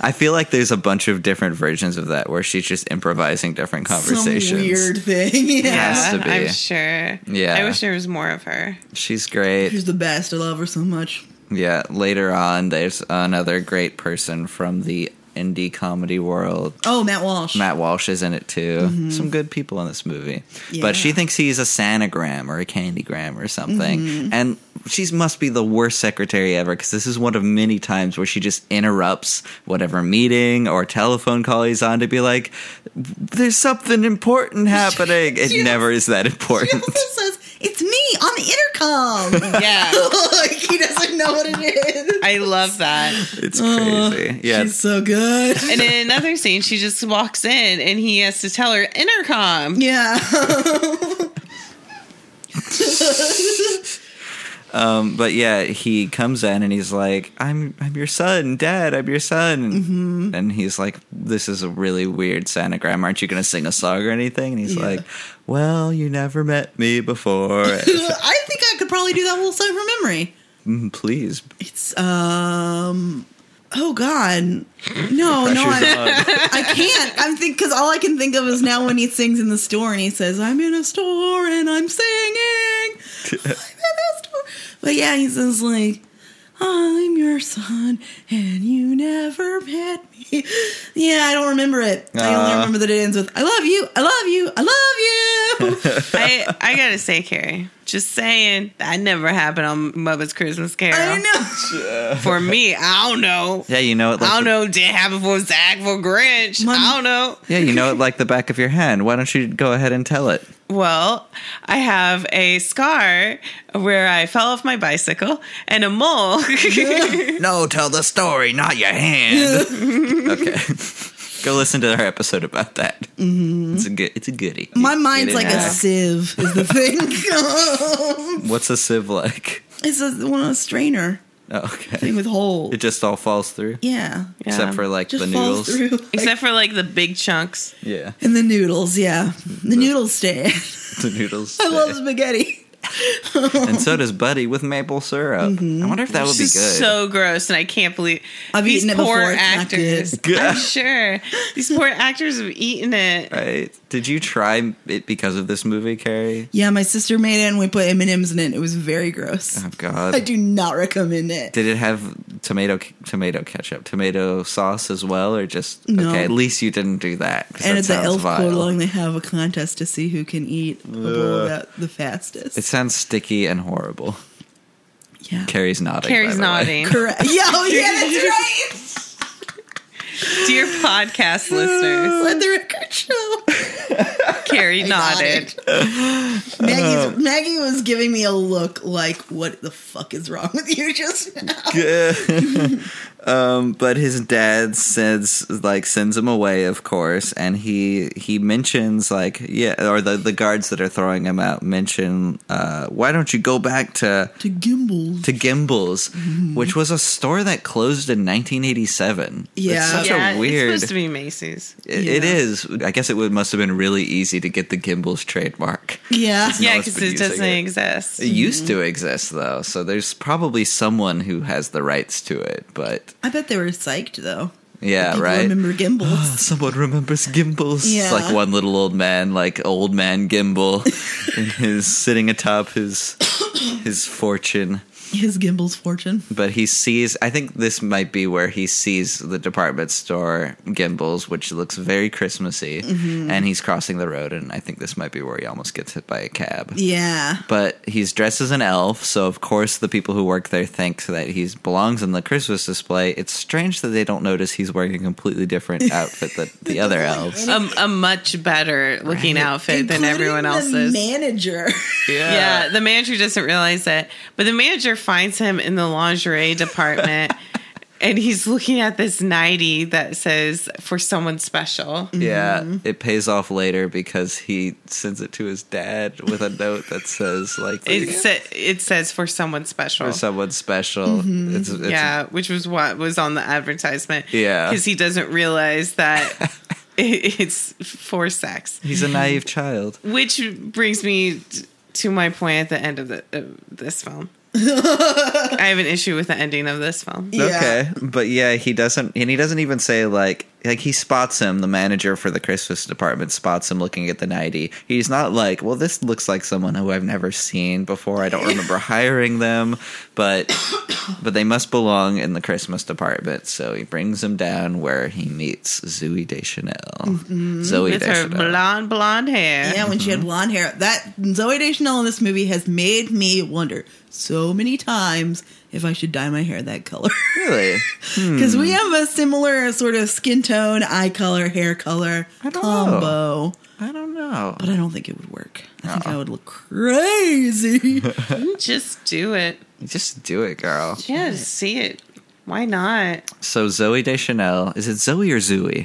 C: I feel like there's a bunch of different versions of that where she's just improvising different
B: Some
C: conversations.
B: weird thing. Yeah.
C: Has to be.
F: I'm sure.
C: Yeah.
F: I wish there was more of her.
C: She's great.
B: She's the best. I love her so much.
C: Yeah, later on, there's another great person from the indie comedy world.
B: Oh, Matt Walsh.
C: Matt Walsh is in it too. Some good people in this movie.
B: Mm-hmm. Yeah.
C: But she thinks he's a Sanogram or a Candygram or something.
B: Mm-hmm.
C: And she must be the worst secretary ever because this is one of many times where she just interrupts whatever meeting or telephone call he's on to be like, there's something important happening. It
B: She
C: never is that
B: She
C: important.
B: also says, it's me on the intercom.
F: Yeah.
B: like, he doesn't know what it is.
F: I love that.
C: It's crazy. yeah.
B: uh, She's so good.
F: And in another scene, she just walks in and he has to tell her intercom.
B: yeah.
C: But yeah, he comes in and he's like, "I'm I'm your son, Dad. I'm your son."
B: Mm-hmm.
C: And he's like, "This is a really weird Santagram. Aren't you going to sing a song or anything?" And he's
B: Yeah.
C: like, "Well, you never met me before.
B: I think I could probably do that whole song from memory.
C: Mm, Please."
B: It's um oh god. No, no,
C: Pressure's
B: I,
C: on.
B: I can't. I'm think because all I can think of is now when he sings in the store and he says, "I'm in a store and I'm singing." I'm in a store. But yeah, he says like, I'm your son and you never met me. Yeah, I don't remember it. I only
C: Aw.
B: remember that it ends with I love you, I love you, I love you.
F: I, I gotta say, Carrie, just saying that never happened on Mother's Christmas Carol.
B: I know.
F: For me, I don't know.
C: Yeah, you know it. Like
F: I don't
C: the-
F: know. Did it happen for Zach for Grinch?
B: Mom-
F: I don't know.
C: Yeah, you know it like the back of your hand. Why don't you go ahead and tell it?
F: Well, I have a scar where I fell off my bicycle and a mole.
C: No, tell the story, not your hand. okay. Go listen to our episode about that. It's a good. It's a goodie.
B: Mm-hmm. My
C: Get
B: mind's
C: in
B: like
C: there.
B: a sieve is the thing.
C: What's a sieve like?
B: it's a, one of a strainer
C: Oh, okay.
B: thing with holes.
C: It just all falls through,
B: Yeah.
C: except for like
B: Just
C: the
B: falls
C: noodles.
B: through.
F: Except for like the big chunks.
C: Yeah,
B: and the noodles, yeah. The noodles stand.
C: the noodles.
B: I love spaghetti.
C: and so does Buddy with maple syrup.
B: Mm-hmm.
C: I wonder if that would be good.
F: This is so gross, and I can't believe
B: I've
F: these
B: eaten it
F: poor
B: before, it's not
F: actors.
C: good.
F: I'm sure these poor actors have eaten it.
C: right? Did you try it because of this movie, Carrie?
B: Yeah, my sister made it and we put M&Ms in it. It was very gross.
C: Oh God.
B: I do not recommend it.
C: Did it have tomato tomato ketchup, tomato sauce as well, or just
B: No.
C: okay? At least you didn't do that. 'cause
B: and
C: that
B: at the
C: sounds
B: elf
C: vile.
B: court long, they have a contest to see who can eat a bowl of that the fastest.
C: It sounds sticky and horrible.
B: yeah,
C: Carrie's nodding.
F: Carrie's
C: by the way.
F: nodding.
B: correct. yeah, oh, yeah, that's right.
F: Dear podcast listeners,
B: Let the record show.
F: Carrie nodded.
B: nodded. Maggie's, Maggie was giving me a look like, "What the fuck is wrong with you just now?"
C: um, but his dad sends like sends him away, of course, and he he mentions like yeah, or the the guards that are throwing him out mention uh, why don't you go back to
B: To Gimbal.
C: to Gimbals,
F: Mm-hmm.
C: which was a store that closed in 1987. It's
B: Yeah.
C: such
F: yeah,
C: a weird.
F: It's supposed to be Macy's.
C: It- It
B: Yeah.
C: is. I guess it would, must have been really easy to get the Gimbals trademark.
B: Yeah,
C: No
F: yeah,
C: one's
F: because
C: been
F: it
C: using
F: doesn't Mm-hmm.
C: it.
F: exist.
C: It used to exist though, so there's probably someone who has the rights to it. But
B: I bet they were psyched though.
C: yeah,
B: People
C: right.
B: Remember Gimbal?
C: Someone remembers Gimbals. It's
B: Yeah.
C: like one little old man, like old man Gimbal, and his sitting atop his his fortune.
B: His Gimbal's fortune.
C: But he sees. I think this might be where he sees the department store Gimbals, which looks very Christmassy,
B: Mm-hmm.
C: and he's crossing the road. And I think this might be where he almost gets hit by a cab.
B: Yeah,
C: But he's dressed as an elf, so of course the people who work there think that he belongs in the Christmas display. It's strange that they don't notice he's wearing a completely different outfit than the other elves.
F: A, a much better looking outfit than
B: Including
F: everyone
B: the
F: else's.
B: Manager.
F: yeah. the manager doesn't realize that, but the manager finds him in the lingerie department, and he's looking at this nightie that says "for someone special."
C: Yeah, it pays off later because he sends it to his dad with a note that says like
F: It sa- it says "for someone special."
C: for someone special. It's, it's
F: yeah, which was what was on the advertisement.
C: Yeah.
F: because he doesn't realize that it, it's for sex.
C: he's a naive child.
F: Which brings me t- to my point at the end of the, of this film. I have an issue with the ending of this film.
B: Yeah.
C: Okay, but yeah, he doesn't, and he doesn't even say like like he spots him. The manager for the Christmas department spots him looking at the nighty. He's not like, well, this looks like someone who I've never seen before. I don't remember hiring them, but but they must belong in the Christmas department. So he brings him down where he meets Zoe Deschanel. Zoe
F: With her
C: Deschanel.
F: blonde, blonde hair.
B: Yeah, when she had blonde hair. That Zoe Deschanel in this movie has made me wonder so many times if I should dye my hair that color.
C: Really?
B: Because we have a similar sort of skin tone, eye color, hair color
C: I don't
B: combo.
C: I don't know.
B: But I don't think it would work. I think I
C: Uh-uh.
B: would look crazy.
F: Just do it.
C: Just do it, girl.
F: Yeah, just see it. Why not?
C: So Zoe Deschanel, is it Zoe or Zoe?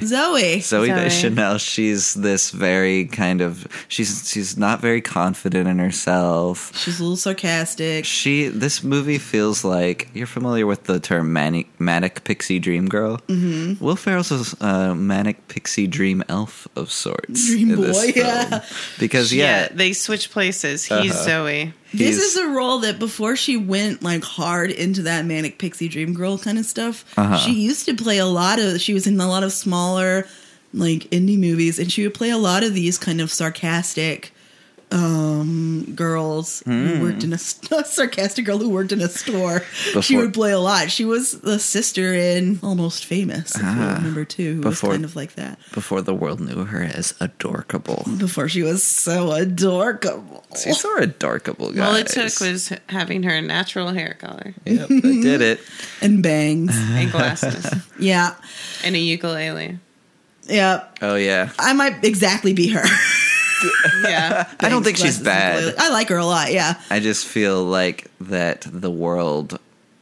C: Zoe
B: Zoe.
F: Zoe.
C: Deschanel, she's this very kind of she's she's not very confident in herself.
B: She's a little sarcastic.
C: She this movie feels like you're familiar with the term manic, manic pixie dream girl. Mm-hmm. Will Ferrell's a uh, manic pixie dream elf of sorts.
B: Dream
C: in this
B: boy,
C: film.
B: yeah.
C: Because yeah,
F: they switch places. He's Zoe.
C: he's-
B: This is a role that before she went like hard into that manic pixie dream girl kind of stuff,
C: Uh-huh.
B: she used to play a lot of. She was in a lot of smaller, like indie movies, and she would play a lot of these kind of sarcastic, um, girls
C: Hmm.
B: who worked in a, st- a sarcastic girl who worked in a store. She
C: Before-
B: would play a lot. She was the sister in Almost Famous, if you remember too, who
C: Ah. Before-
B: was kind of like that.
C: Before the world knew her as adorkable.
B: Before she was so adorable.
C: She's so adorkable, guys.
F: All it took was having her natural hair color
C: Yep, I did it.
B: And bangs.
F: and glasses
B: yeah.
F: and a ukulele.
B: Yeah.
C: Oh, yeah.
B: I might exactly be her.
F: Yeah.
C: I don't think she's
B: Glasses
C: bad.
B: and blue. I like her a lot. Yeah.
C: I just feel like that the world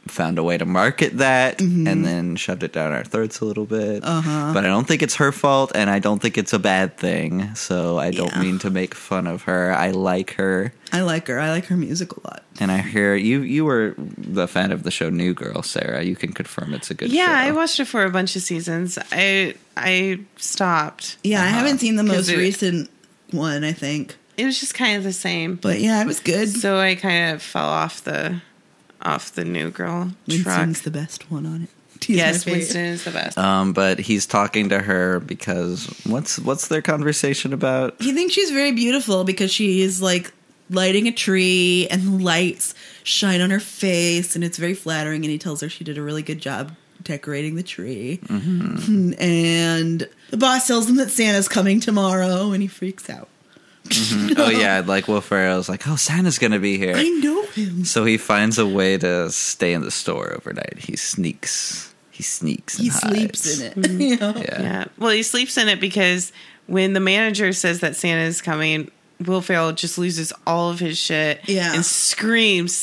C: found a way to market that and then shoved it down our throats a little bit. Uh-huh. But I don't think it's her fault and I don't think it's a bad thing. So I don't
B: Yeah.
C: mean to make fun of her. I like her.
B: I like her. I like her music a lot.
C: And I hear you you were the fan of the show New Girl, Sarah. You can confirm it's a good
F: Yeah,
C: show.
F: I watched it for a bunch of seasons. I I stopped.
B: Yeah,
C: Uh-huh.
B: I haven't seen the
F: 'Cause
B: most
F: it-
B: recent one, I think.
F: It was just kind of the same.
B: But yeah, it was good.
F: So I kind of fell off the off the new girl truck.
B: Winston's the best one on it. He's
F: Yes,
B: my fave.
F: Winston is the best.
C: Um, but he's talking to her because what's what's their conversation about?
B: He thinks she's very beautiful because she is like lighting a tree and the lights shine on her face and it's very flattering and he tells her she did a really good job decorating the tree. Mm-hmm. And the boss tells him that Santa's coming tomorrow and he freaks out.
C: oh yeah, like Will Ferrell's like, oh Santa's gonna be here.
B: I know him.
C: So he finds a way to stay in the store overnight. He sneaks. He sneaks. And
B: He Mm-hmm. sleeps in it. you know?
C: Yeah.
F: yeah. Well, he sleeps in it because when the manager says that Santa is coming, Will Ferrell just loses all of his shit
B: Yeah.
F: and screams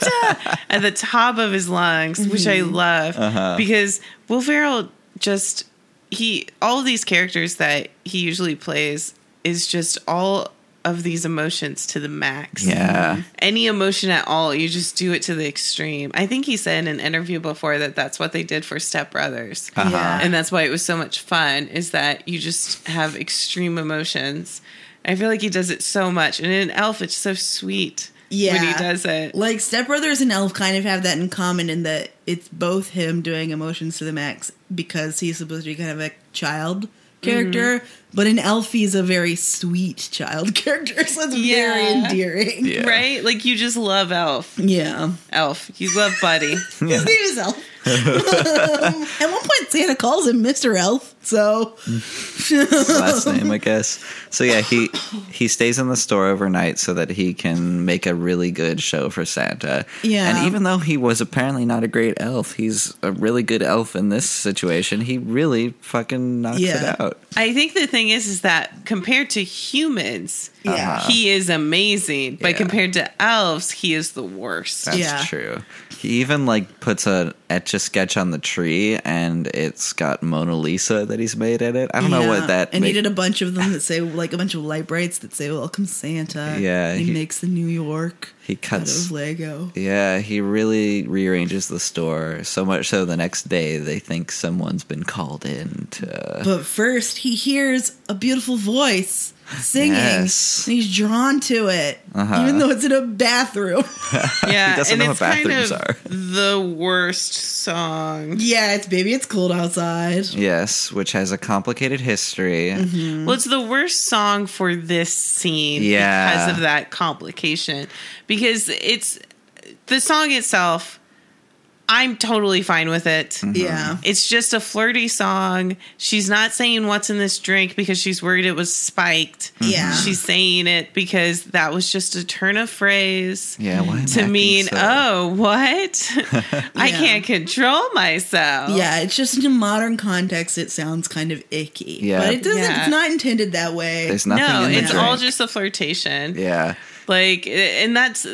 F: Santa at the top of his lungs, which I love because Will Ferrell just he all of these characters that he usually plays is just all of these emotions to the max
C: Yeah.
F: any emotion at all you just do it to the extreme i think he said in an interview before that that's what they did for step brothers
C: Uh-huh.
B: Yeah.
F: and that's why it was so much fun is that you just have extreme emotions i feel like he does it so much and in elf it's so sweet when he
B: Yeah.
F: does it
B: Like Step Brothers and Elf kind of have that in common in that it's both him doing emotions to the max because he's supposed to be kind of a child character, but in Elf he's a very sweet child character, so it's very
F: Yeah.
B: endearing.
C: Yeah.
F: right like you just love elf
B: Yeah.
F: elf you love buddy
B: His name is Elf. Um, at one point Santa calls him Mr. Elf, so
C: Uh-huh. Last name, I guess. So yeah, he he stays in the store overnight so that he can make a really good show for Santa.
B: Yeah.
C: And even though he was apparently not a great elf, he's a really good elf in this situation. He really fucking knocks
B: Yeah.
C: it out.
F: i think the thing is is that compared to humans
B: yeah.
F: he is amazing but
C: Yeah.
F: compared to elves he is the worst
C: That's
B: Yeah.
C: true. He even like puts a etch a sketch on the tree, and it's got Mona Lisa that he's made in it. I don't know
B: Yeah.
C: what that.
B: And
C: make-
B: he did a bunch of them that say like a bunch of light brights that say "Welcome Santa."
C: Yeah,
B: he,
C: he-
B: makes the New York
C: he
B: out
C: cuts.
B: of Lego.
C: Yeah, he really rearranges the store so much so the next day they think someone's been called in to.
B: But first, he hears a beautiful voice singing,
C: Yes. Uh-huh.
B: and he's drawn to it, even though it's in a bathroom.
F: Yeah,
C: doesn't
F: and
C: know what
F: it's kind
C: bathrooms
F: of
C: are.
F: The worst song.
B: yeah, it's baby, it's cold outside.
C: Mm-hmm. Yes, which has a complicated history.
F: Well, it's the worst song for this scene
C: Yeah.
F: because of that complication. Because it's the song itself, I'm totally fine with it.
C: Mm-hmm.
B: Yeah,
F: It's just a flirty song. She's not saying what's in this drink because she's worried it was spiked.
C: Mm-hmm.
B: yeah.
F: She's saying it because that was just a turn of phrase.
C: Yeah, why am I
F: to
C: acting
F: mean,
C: so-
F: oh, what? I
B: Yeah.
F: can't control myself.
B: yeah, it's just in a modern context, it sounds kind of icky.
C: Yeah.
B: But it doesn't,
F: Yeah.
B: it's not intended that way.
C: There's nothing.
F: no,
C: in the
F: it's all
C: drink.
F: just a flirtation.
C: Yeah,
F: Like, and that's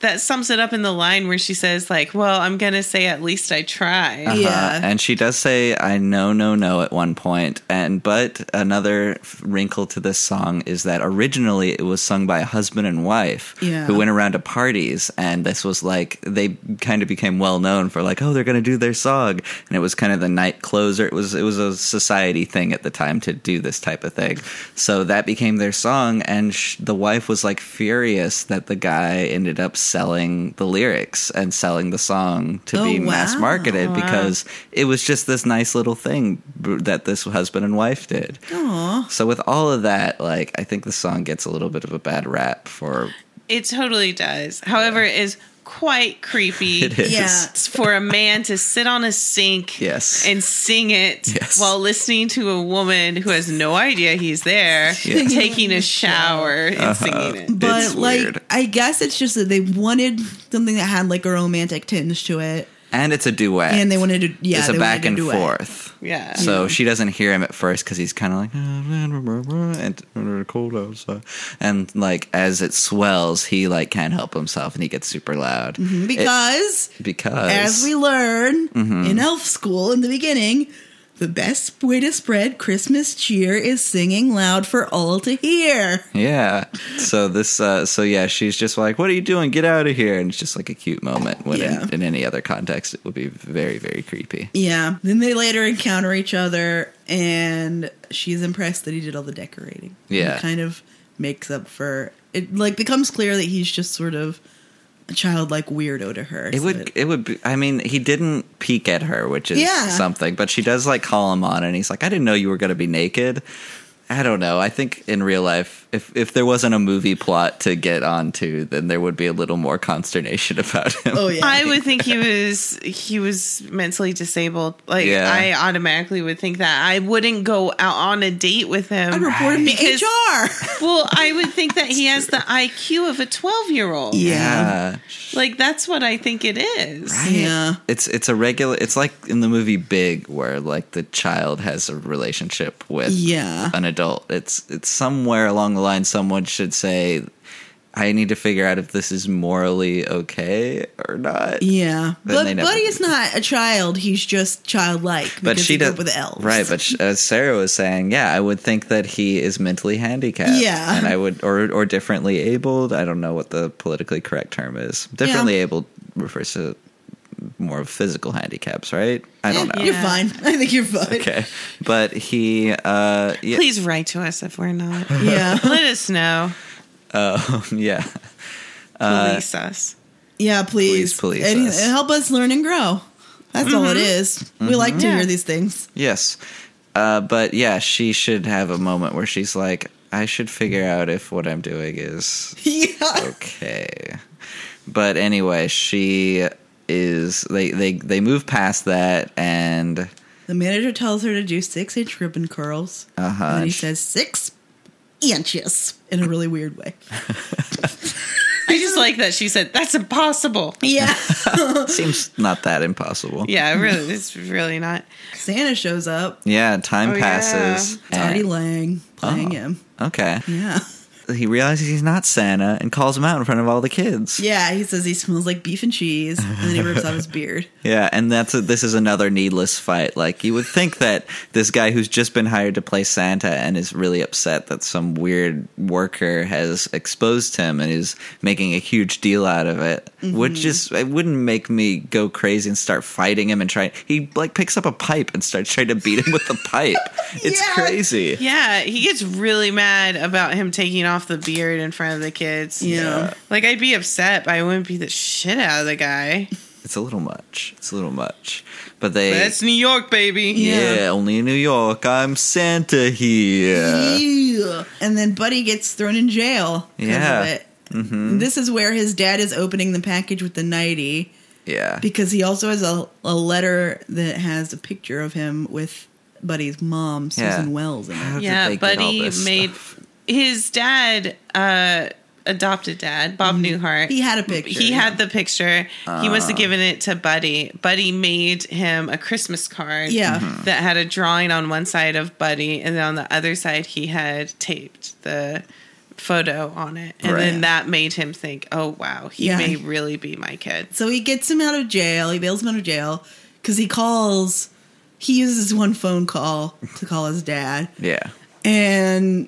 F: that sums it up in the line where she says, like, well, I'm going to say at least I tried.
C: Uh-huh.
B: Yeah.
C: and she does say I know no no at one point and but another f- wrinkle to this song is that originally it was sung by a husband and wife
B: Yeah.
C: who went around to parties and this was like they kind of became well known for like oh they're going to do their song and it was kind of the night closer it was it was a society thing at the time to do this type of thing so that became their song and sh- the wife was like furious that the guy ended up selling the lyrics and selling the song to
B: Oh,
C: be mass
B: wow.
C: marketed because it was just this nice little thing b- that this husband and wife did.
B: Aw.
C: So with all of that, like I think the song gets a little bit of a bad rap for
F: It totally does. However, it is quite creepy.
C: it is.
B: Yeah.
F: for a man to sit on a sink
C: Yes.
F: and sing it
C: Yes.
F: while listening to a woman who has no idea he's there
C: Yeah.
F: taking a shower and
C: Uh-huh.
F: singing it.
B: But
C: It's
B: like,
C: weird.
B: I guess it's just that they wanted something that had like a romantic tinge to it,
C: And it's a duet.
B: and they wanted to yeah,
C: it's a
B: they
C: back
B: wanted
C: and
B: to do it.
C: forth.
F: Yeah.
C: So she doesn't hear him at first because he's kind of like "Ah, man, rah, rah, rah," and "Ah, cold outside, and like as it swells, he like can't help himself and he gets super loud It-
B: Mm-hmm. Because
C: because
B: as we learn
C: Mm-hmm.
B: in elf school in the beginning, the best way to spread Christmas cheer is singing loud for all to hear.
C: yeah. So this uh, so yeah, she's just like, "What are you doing? Get out of here!" And it's just like a cute moment. When
B: Yeah.
C: in, in any other context, it would be very very creepy.
B: Yeah. Then they later encounter each other, and she's impressed that he did all the decorating.
C: Yeah.
B: It kind of makes up for it. Like becomes clear that he's just sort of a childlike weirdo to her.
C: It
B: so
C: would. It would. Be, I mean, he didn't peek at her, which is
B: Yeah.
C: something. But she does like call him on, and he's like, "I didn't know you were going to be naked." I don't know. I think in real life, if if there wasn't a movie plot to get onto, then there would be a little more consternation about him.
B: Oh yeah.
F: I would think he was he was mentally disabled. Like
C: Yeah.
F: I automatically would think that. I wouldn't go out on a date with him.
B: I report him
F: because-
B: to HR.
F: Well, I would think that he has the IQ of a twelve year old.
C: yeah.
F: Like that's what I think it is.
B: Yeah.
C: It's it's a regular. It's like in the movie Big, where like the child has a relationship with
B: Yeah.
C: an adult. It's it's somewhere along the line. Someone should say, "I need to figure out if this is morally okay or not."
B: Yeah.
C: Then they
B: But
C: never
B: Buddy's
C: do.
B: not a child. He's just childlike.
C: But
B: because
C: she
B: he grew
C: does
B: up with elves.
C: right? But sh as Sarah was saying, yeah, I would think that he is mentally handicapped.
B: Yeah.
C: and I would or or differently abled. I don't know what the politically correct term is. Differently abled refers to more of physical handicaps, right? I don't know.
B: You're
F: Yeah.
B: fine. I think you're fine.
C: Okay, but he, uh, yeah,
F: Please write to us if we're not.
B: Yeah.
F: Let us know.
C: yeah.
F: Police us.
B: Yeah,
C: Please
B: please.
C: police
B: and,
C: us. Mm-hmm.
B: and help us learn and grow. That's all it is. We like to
F: Mm-hmm. Yeah.
B: hear these things.
C: Yes. Uh, but yeah, she should have a moment where she's like, I should figure out if what I'm doing is
B: Yeah.
C: okay. But anyway, she is they they they move past that and
B: The manager tells her to do six inch ribbon curls.
C: Uh-huh.
B: And then he says six inches in a really weird way.
F: I just like that she said that's impossible.
B: Yeah.
C: seems not that impossible.
F: Yeah, really, it's really not.
B: Santa shows up.
C: Yeah, time
F: Oh, yeah.
C: passes.
B: It's Artie
C: and-
B: Lang playing
C: Oh.
B: him.
C: okay.
B: Yeah.
C: He realizes he's not Santa and calls him out in front of all the kids.
B: Yeah, he says he smells like beef and cheese, and then he rips off his beard.
C: Yeah, and that's a, this is another needless fight. Like you would think that this guy who's just been hired to play Santa and is really upset that some weird worker has exposed him and is making a huge deal out of it would just it wouldn't make me go crazy and start fighting him and try. He like picks up a pipe and starts trying to beat him with the pipe. It's
B: Yeah.
C: crazy.
F: Yeah, he gets really mad about him taking off the beard in front of the kids.
B: Yeah.
F: Like I'd be upset, but I wouldn't beat the shit out of the guy.
C: It's a little much. It's a little much. But they.
F: That's New York, baby.
C: yeah.
B: yeah.
C: only in New York. I'm Santa here.
B: Ew. And then Buddy gets thrown in jail because
C: Yeah.
B: of it. This is where his dad is opening the package with the nighty
C: Yeah.
B: because he also has a, a letter that has a picture of him with Buddy's mom,
C: Yeah.
B: Susan Wells, in
C: How
B: it.
C: did
F: Yeah,
C: they get all
F: Buddy
C: this
F: made
C: stuff?
F: his dad, uh, adopted dad, Bob
C: Mm-hmm.
F: Newhart.
B: He had a picture.
F: He had the picture. he must
C: Ah.
F: have given it to Buddy. Buddy made him a Christmas card.
B: Yeah. Mhm.
C: Mm-hmm.
F: That had a drawing on one side of Buddy, and then on the other side, he had taped the photo on it. And
C: Right.
F: then that made him think, oh, wow, he
B: Yeah.
F: may really be my kid.
B: So he gets him out of jail. He bails him out of jail because he calls. He uses one phone call to call his dad.
C: Yeah.
B: And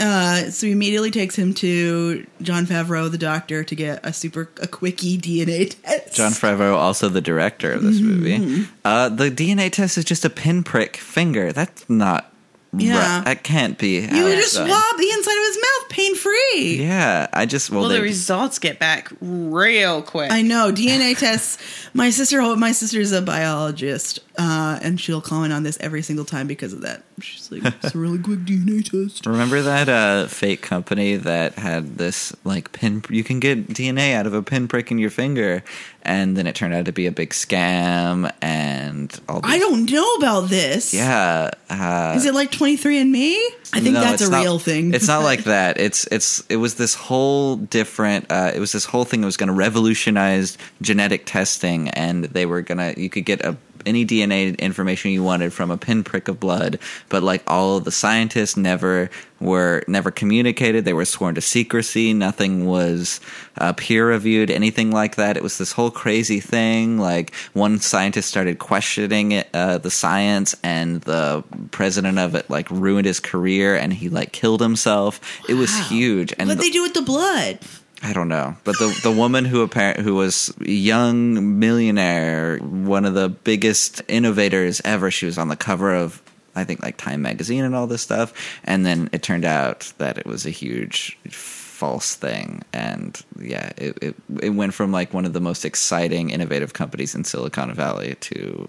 B: uh, so he immediately takes him to John Favreau, the doctor, to get a super a quickie DNA test.
C: John Favreau, also the
B: Mm-hmm.
C: director of this movie. Uh, the DNA test is just a pinprick finger. That's not
B: Yeah.
C: Right. That can't be.
B: You would just swab the inside of his mouth pain free.
C: Yeah, I just well,
F: Well,
C: they,
F: the results get back real quick.
B: I know DNA tests. My sister, my sister's a biologist, uh, and she'll comment on this every single time because of that. She's like, "It's a really quick DNA test."
C: remember that uh, fake company that had this like pin. You can get DNA out of a pinprick in your finger, and then it turned out to be a big scam and all. These,
B: I don't know about this.
C: Yeah, uh,
B: Is it like 23andMe? I think
C: No,
B: that's
C: it's
B: a
C: not-
B: real thing.
C: It's not like that. It's it's it was this whole different. Uh, it was this whole thing that was going to revolutionize genetic testing, and they were gonna you could get a any DNA information you wanted from a pinprick of blood, but like all of the scientists never were never communicated. They were sworn to secrecy. Nothing was uh, peer reviewed, anything like that. It was this whole crazy thing. Like one scientist started questioning it, uh, the science, and the president of it like ruined his career, and he like killed himself. It was huge. And
B: What
C: the-
B: they do with the blood?
C: I don't know, but the the woman who apparent who was a young millionaire, one of the biggest innovators ever. She was on the cover of I think like Time magazine and all this stuff, and then it turned out that it was a huge false thing and yeah it, it it went from like one of the most exciting innovative companies in silicon valley to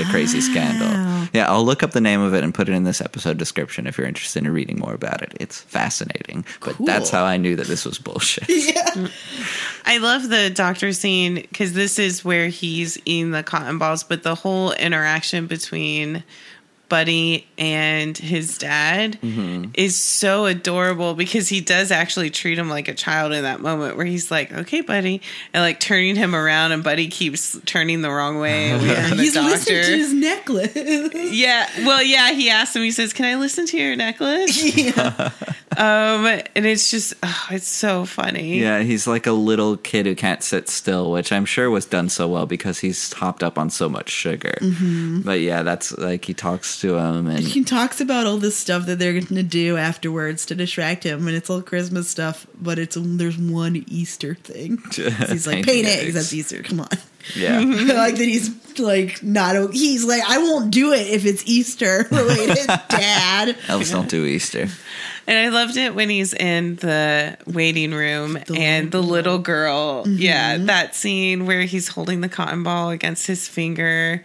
C: a crazy scandal yeah i'll look up the name of it and put it in this episode description if you're interested in reading more about it it's fascinating but that's
B: Cool.
C: how i knew that this was bullshit
F: I love the doctor scene because this is where he's eating the cotton balls, but the whole interaction between Buddy and his dad is so adorable because he does actually treat him like a child in that moment where he's like, okay, Buddy, and like turning him around, and Buddy keeps turning the wrong way. away from the
B: He's listening
F: doctor.
B: to his necklace.
F: Yeah. Well, yeah, he asked him, he says, Can I listen to your necklace? um, and it's just, oh, it's so funny.
C: Yeah, he's like a little kid who can't sit still, which I'm sure was done so well because he's hopped up on so much sugar.
F: Mm-hmm.
C: But yeah, that's like he talks to him and
B: He talks about all this stuff that they're going to do afterwards to distract him, and it's all Christmas stuff. But it's there's one Easter thing. He's like, "Paint eggs. That's Easter. Come on."
C: yeah.
B: like that he's like not. o- He's like, "I won't do it if it's Easter related, Dad."
C: Elves don't do Easter.
F: And I loved it when he's in the waiting room and the little girl. Yeah, that scene where he's holding the cotton ball against his finger.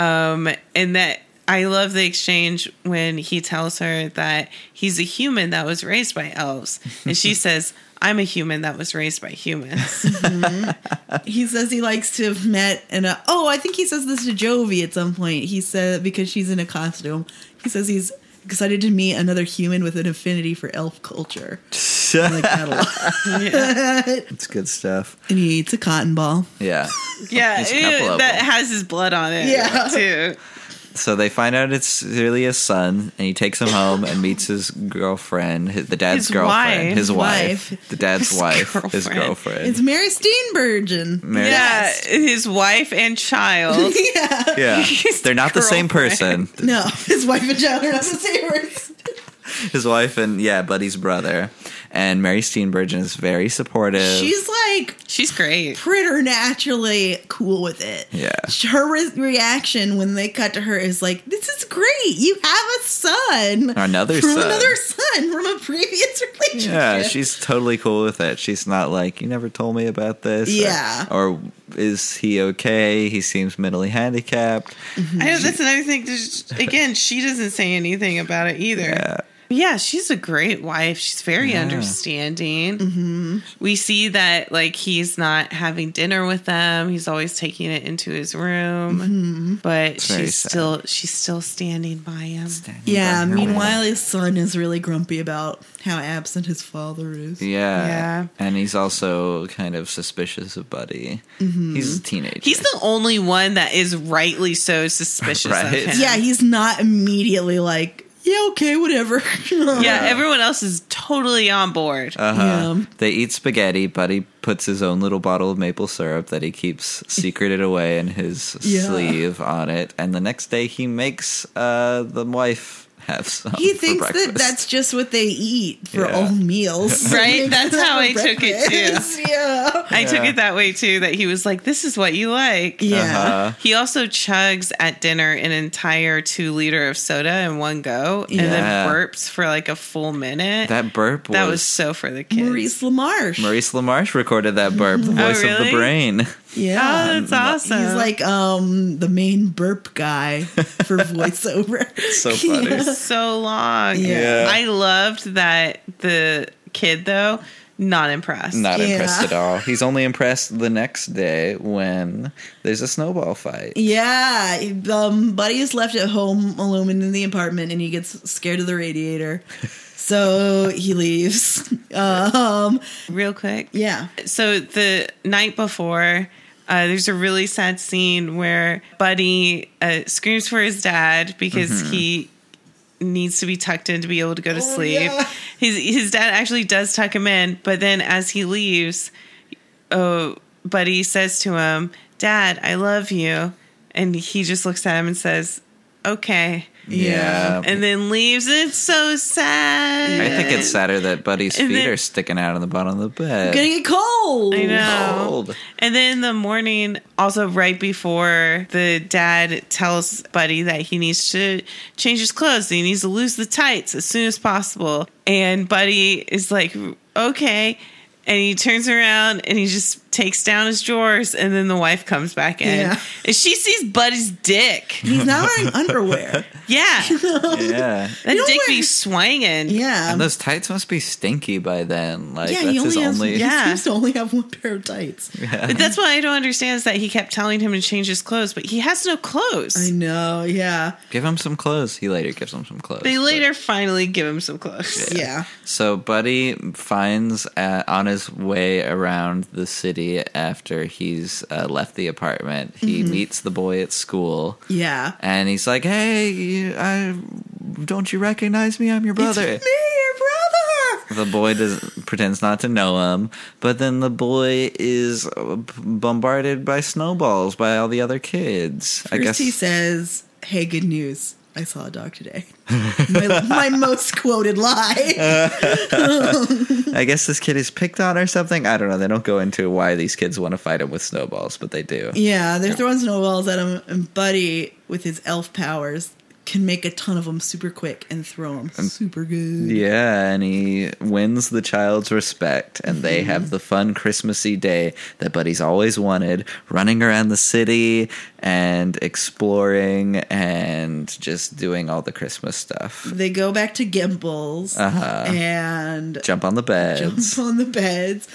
F: Um, and that I love the exchange when he tells her that he's a human that was raised by elves. And she says, I'm a human that was raised by humans.
B: He says he likes to have met and uh, oh, I think he says this to Jovi at some point. He said because she's in a costume. He says he's excited to meet another human with an affinity for elf culture. I like that a lot.
C: It's good stuff.
B: And he eats a cotton ball.
C: Yeah.
F: Yeah,
C: There's a couple
F: ew,
C: of
F: that
C: them.
F: has his blood on it.
B: Yeah.
F: too.
C: So they find out it's really his son, and he takes him home and meets his girlfriend, his, the dad's
F: His
C: girlfriend,
F: wife.
C: his wife,
B: Wife.
C: the dad's
F: His
C: wife, his
F: girlfriend.
C: girlfriend.
B: It's Mary Steenburgen.
C: Mary-
F: Yeah,
B: Yes.
F: his wife and child.
B: yeah.
C: yeah,
F: His
C: they're not the same
F: girlfriend.
C: person.
B: No, his wife and child are not the same words.
C: His wife and yeah, Buddy's brother, and Mary Steenburgen is very supportive.
B: She's like
F: She's great.
B: preternaturally cool with it.
C: Yeah.
B: Her re- reaction when they cut to her is like, this is great. You have a son.
C: Another
B: from
C: son."
B: Another son from a previous relationship.
C: Yeah, she's totally cool with it. She's not like, you never told me about this. or-
B: Yeah.
C: Or, is he okay? He seems mentally handicapped.
F: I know that's another thing. There's- Again, she doesn't say anything about it either.
C: Yeah.
F: Yeah, she's a great wife. She's very understanding. Mm-hmm. We see that like he's not having dinner with them. He's always taking it into his room, Mm-hmm. but
C: very
F: she's
C: sad.
F: still she's still standing by him.
B: Yeah, meanwhile, his son is really grumpy about how absent his father is.
C: Yeah.
F: Yeah.
C: And he's also kind of suspicious of Buddy.
B: Mm-hmm.
C: He's a teenager.
F: He's the only one that is rightly so suspicious of
C: Right.
F: him.
B: Yeah, he's not immediately like, yeah, okay, whatever.
F: Yeah, everyone else is totally on board.
C: Uh-huh.
B: Yeah.
C: They eat spaghetti. Buddy puts his own little bottle of maple syrup that he keeps secreted away in his
B: Yeah.
C: sleeve on it. And the next day, he makes uh, the wife have some.
B: He
C: for
B: thinks that
C: breakfast.
B: that's just what they eat for
C: Yeah.
B: all meals.
F: Right? That's how I took it, too.
B: too. yeah.
F: I took
C: Yeah.
F: it that way too. That he was like, "This is what you like."
B: Yeah.
C: Uh-huh.
F: He also chugs at dinner an entire two liter of soda in one go, and
C: Yeah.
F: then burps for like a full minute.
C: that burp.
F: That was,
C: was
F: so for the kids.
B: Maurice LaMarche.
C: Maurice LaMarche recorded that burp, the voice of
F: Oh, really?
C: the brain.
B: Yeah.
F: oh, that's awesome.
B: He's like um the main burp guy for voiceover.
C: So funny.
F: so long.
B: Yeah.
F: I loved that the kid though not impressed.
C: Not
B: Yeah.
C: impressed at all. He's only impressed the next day when there's a snowball fight.
B: Yeah, um, Buddy is left at home alone in the apartment, and he gets scared of the radiator, so he leaves. Um,
F: Real quick.
B: yeah,
F: so the night before uh, there's a really sad scene where buddy uh, screams for his dad because
C: Mm-hmm.
F: he needs to be tucked in to be able to go to
C: Oh,
F: sleep
B: yeah.
F: his, his dad actually does tuck him in but then as he leaves oh buddy says to him dad i love you and he just looks at him and says okay
B: Yeah.
F: and then leaves it's so sad
C: I think it's sadder that Buddy's
F: And
C: feet
F: then-
C: are sticking out of the bottom of the bed.
B: gonna get cold.
F: I know.
C: Cold.
F: And then in the morning, also right before the dad tells Buddy that he needs to change his clothes, he needs to lose the tights as soon as possible. And Buddy is like, okay. And he turns around and he just takes down his drawers. And then the wife comes back in.
B: Yeah.
F: And she sees Buddy's dick.
B: He's not wearing underwear.
F: Yeah. that
C: Yeah.
B: know
F: dick
B: where-
F: be swinging.
B: Yeah,
C: And those tights must be stinky by then. Like
B: yeah.
C: that's
B: He
C: his
B: only has.
C: only
B: He
F: Yeah.
B: seems to only have one pair of tights.
F: But that's what I don't understand is that he kept telling him to change his clothes, but he has no clothes.
B: I know. Yeah,
C: give him some clothes. He later gives him some clothes.
F: They
C: but-
F: later finally give him some clothes.
B: yeah.
C: So Buddy finds uh, on his way around the city after he's uh, left the apartment. He
B: Mm-hmm.
C: meets the boy at school,
B: Yeah.
C: and he's like, "Hey, you, I don't you recognize me? I'm your brother."
B: It's me, your brother.
C: the boy does, pretends not to know him, but then the boy is uh, bombarded by snowballs by all the other kids. I
B: First
C: guess
B: he says, "Hey, good news! I saw a dog today." my, my most quoted lie.
C: I guess this kid is picked on or something. I don't know. They don't go into why these kids want to fight him with snowballs, but they do.
B: Yeah, they're throwing snowballs at him, and Buddy, with his elf powers, can make a ton of them super quick and throw them super good.
C: Yeah, and he wins the child's respect, and they
B: Mm-hmm.
C: have the fun Christmassy day that Buddy's always wanted, running around the city and exploring and just doing all the Christmas stuff.
B: They go back to Gimbals
C: Uh-huh.
B: and
C: Jump on the
B: jump
C: beds.
B: on the beds,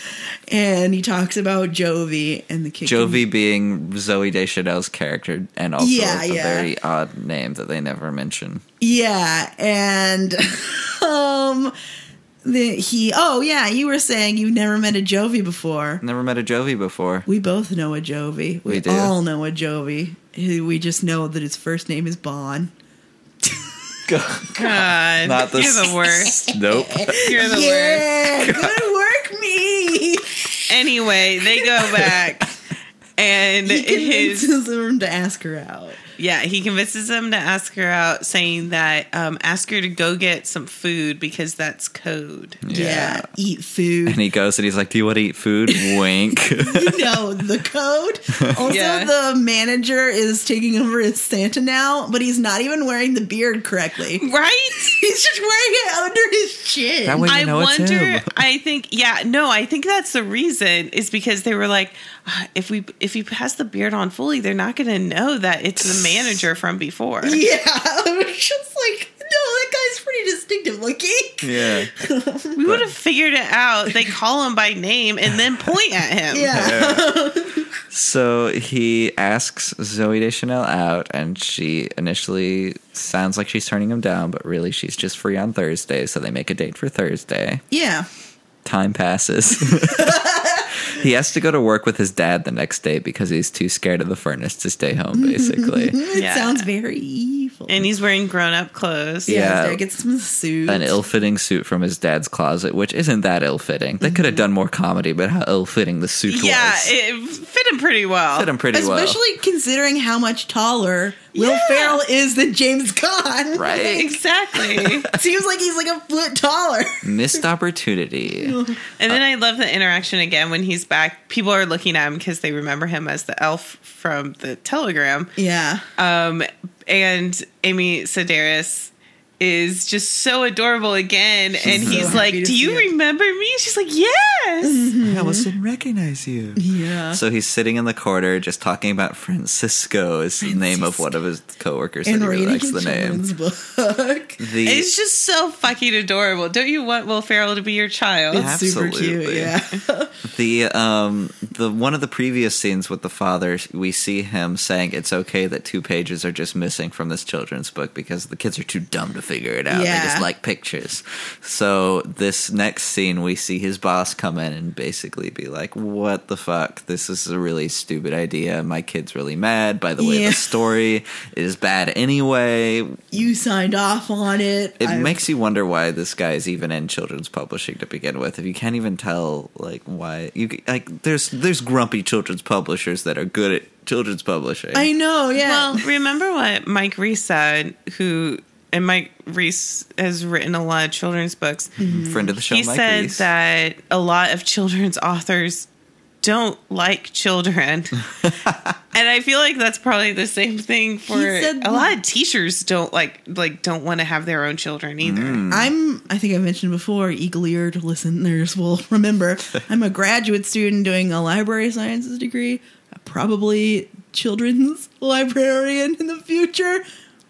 B: and he talks about Jovi and the kid.
C: Jovi being Zoe Deschanel's character, and also
B: Yeah,
C: a
B: yeah.
C: very odd name that they never mention.
B: Yeah, and um, the, he. Oh yeah, you were saying you've never met a Jovi before.
C: Never met a Jovi before.
B: We both know a Jovi. We,
C: We do.
B: all know a Jovi. We just know that his first name is Bon.
F: God,
C: Not the
F: you're the worst.
C: Nope.
F: You're the worst.
B: Yeah, good work, me.
F: Anyway, they go back, and
B: He
F: his
B: convinces him to ask her out.
F: yeah, he convinces them to ask her out, saying that um, ask her to go get some food because that's code.
B: Yeah, eat food.
C: And he goes and he's like, Do you want to eat food? Wink.
B: you know the code. Also,
F: Yeah.
B: the manager is taking over as Santa now, but he's not even wearing the beard correctly.
F: Right?
B: He's just wearing it under his chin.
C: That way you
F: I
C: know it's
F: wonder.
C: him.
F: I think. Yeah. No. I think that's the reason is because they were like, "Ah, if we if he has the beard on fully, they're not going to know that it's the manager from before.
B: Yeah, I was just like, no, that guy's pretty distinctive looking.
C: Yeah.
F: We would have figured it out. They call him by name and then point at him.
B: Yeah.
C: So he asks Zoe Deschanel out, and she initially sounds like she's turning him down, but really she's just free on Thursday, so they make a date for Thursday.
B: Yeah.
C: Time passes. he has to go to work with his dad the next day because he's too scared of the furnace to stay home, basically.
B: It
F: Yeah.
B: sounds very wonderful.
F: and he's wearing grown up clothes.
C: Yeah.
B: yeah, Dad gets some suit.
C: An ill fitting suit from his dad's closet, which isn't that ill fitting. They could have done more comedy, but how ill fitting the suit
F: Yeah,
C: was.
F: it fit him pretty well.
C: fit him pretty
B: Especially considering how much taller Will
F: Yeah.
B: Ferrell is than James Caan.
C: well. Right?
F: Exactly.
B: Seems like he's like a foot taller.
C: Missed opportunity.
F: And then I love the interaction again when he's back. People are looking at him because they remember him as the elf from the telegram.
B: Yeah.
F: Um, and Amy Sedaris is just so adorable again. and
B: so
F: he's
B: happy
F: like,
B: to
F: Do
B: see
F: you
B: him." Mm-hmm.
F: remember me? She's like, Yes.
C: I almost didn't recognize you.
B: Yeah.
C: Uh-huh. So he's sitting in the corner just talking about Francisco is the name of one of his coworkers
B: and
C: that he really likes
B: reading the
C: the name.
B: children's book.
C: The,
F: It's just so fucking adorable. Don't you want Will Ferrell to be your child?
C: Yeah.
B: Super cute.
C: Absolutely.
B: Yeah.
C: the um the one of the previous scenes with the father we see him saying it's okay that two pages are just missing from this children's book because the kids are too dumb to figure it out they just
B: Yeah.
C: like pictures so this next scene we see his boss come in and basically be like what the fuck this is a really stupid idea my kid's really mad by the way
B: Yeah.
C: the story is bad anyway
B: You signed off on it.
C: it
B: I-
C: makes you wonder why this guy is even in children's publishing to begin with. If you can't even tell, like why you like, there's there's grumpy children's publishers that are good at children's publishing.
B: I know. Yeah.
F: Well, remember what Mike Reese said, who, and Mike Reese has written a lot of children's books.
C: Friend of the show,
F: he
C: Mhm. Mike
F: said
C: Reese.
F: that a lot of children's authors don't like children and i feel like that's probably the same thing for
B: He said
F: a lot of teachers don't like like don't want to have their own children either
C: Mm.
B: I'm, I think I mentioned before, eagle eared listeners will remember, I'm a graduate student doing a library sciences degree, probably children's librarian in the future.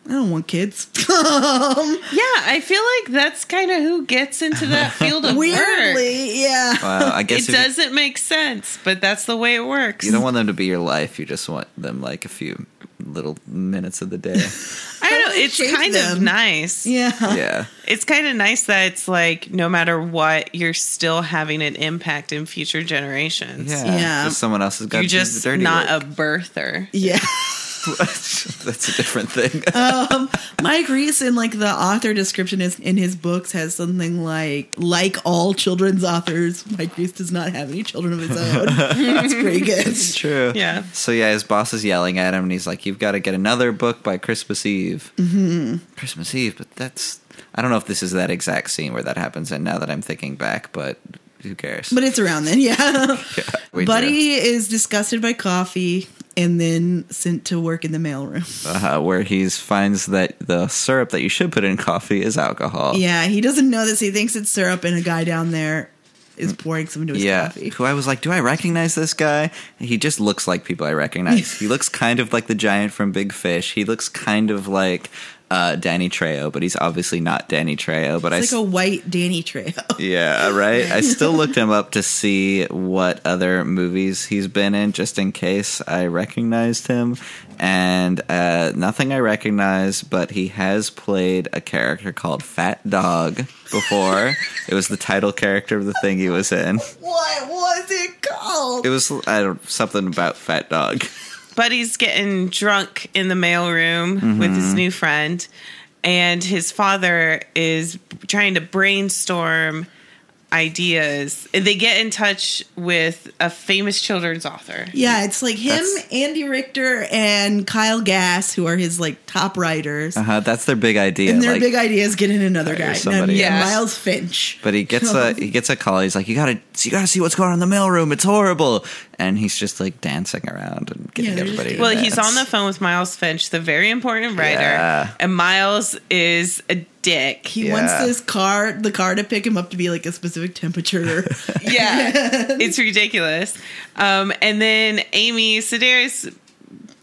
B: I don't want kids. um,
F: yeah i feel like that's kind of who gets into that field of work
B: weirdly, yeah.
C: wow, I guess if
F: it
C: you-
F: doesn't make sense but that's the way it works
C: You, don't want them to be your life. You just want them like a few little minutes of the day.
F: i don't know
B: Totally
F: it's
B: shape
F: kind of
B: them.
F: nice
B: Yeah.
C: yeah,
F: it's kind of nice that it's like no matter what you're still having an impact in future generations
C: yeah.
B: Yeah.
C: Just someone else has got
F: You're
C: to do the
F: just
C: dirty
F: not
C: work.
F: a birther.
B: Yeah.
C: That's a different thing.
B: Um, Mike Reese in like the author description is in his books has something like like all children's authors, Mike Reese does not have any children of his own. That's pretty good.
C: It's true.
F: Yeah.
C: So yeah, his boss is yelling at him, and he's like, "You've got to get another book by Christmas Eve." Mm-hmm. Christmas Eve, but that's I don't know if this is that exact scene where that happens. And now that I'm thinking back, but who cares?
B: But it's around then, yeah.
C: We do.
B: Buddy is disgusted by coffee and then sent to work in the mailroom.
C: uh, where he finds that the syrup that you should put in coffee is alcohol.
B: Yeah, he doesn't know this. He thinks it's syrup, and a guy down there is pouring some into his
C: Yeah,
B: coffee.
C: who I was like, do I recognize this guy? He just looks like people I recognize. he looks kind of like the giant from Big Fish. He looks kind of like uh, Danny Trejo, but he's obviously not Danny Trejo. But I
B: It's
C: s-
B: like a white Danny Trejo.
C: Yeah, uh, right. I still looked him up to see what other movies he's been in, just in case I recognized him. And uh, nothing I recognize, but he has played a character called Fat Dog before. it was the title character of the thing he was in.
B: What was it called?
C: It was I don't something about Fat Dog.
F: Buddy's getting drunk in the mailroom with
C: Mm-hmm.
F: his new friend, and his father is trying to brainstorm ideas. And They get in touch with a famous children's author.
B: yeah, it's like him,
C: That's-
B: Andy Richter, and Kyle Gass, who are his like top writers.
C: Uh-huh, that's their big idea.
B: and their
C: like-
B: big idea is getting another
C: hire
B: guy,
C: somebody
B: And, yeah,
F: else.
B: Miles Finch.
C: But he gets a he gets a call. He's like, "You gotta you gotta see what's going on in the mailroom. It's horrible." And he's just like dancing around and getting
B: Yeah, they're just-
C: everybody. to
F: Well, he's
C: dance.
F: on the phone with Miles Finch, the very important writer,
C: Yeah.
F: and Miles is a dick.
B: He
C: Yeah.
B: wants this car, the car to pick him up to be like a specific temperature.
F: Yeah, it's ridiculous. Um, and then Amy Sedaris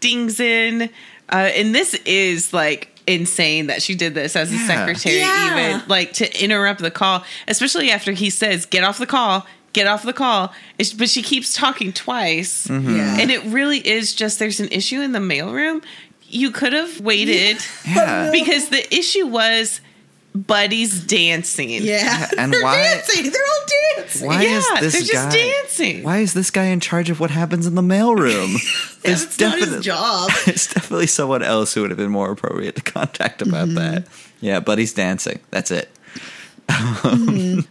F: dings in, uh, and this is like insane that she did this as a
C: Yeah.
F: secretary,
B: Yeah.
F: even like to interrupt the call, especially after he says, "Get off the call." Get off the call, It's- but she keeps talking twice,
C: Mm-hmm. Hmm.
B: Yeah.
F: and it really is just there's an issue in the mailroom. You could have waited
C: Yeah.
F: because the issue was buddies dancing.
B: Yeah.
C: And
B: they're
C: why-
B: dancing. They're all dancing.
C: Why
F: Yeah,
C: is this
F: they're just
C: guy
F: dancing.
C: Why is this guy in charge of what happens in the mailroom? There's
B: That's not his job.
C: It's definitely someone else who would have been more appropriate to contact about
B: Mm-hmm.
C: that. Yeah, buddy's dancing. That's it.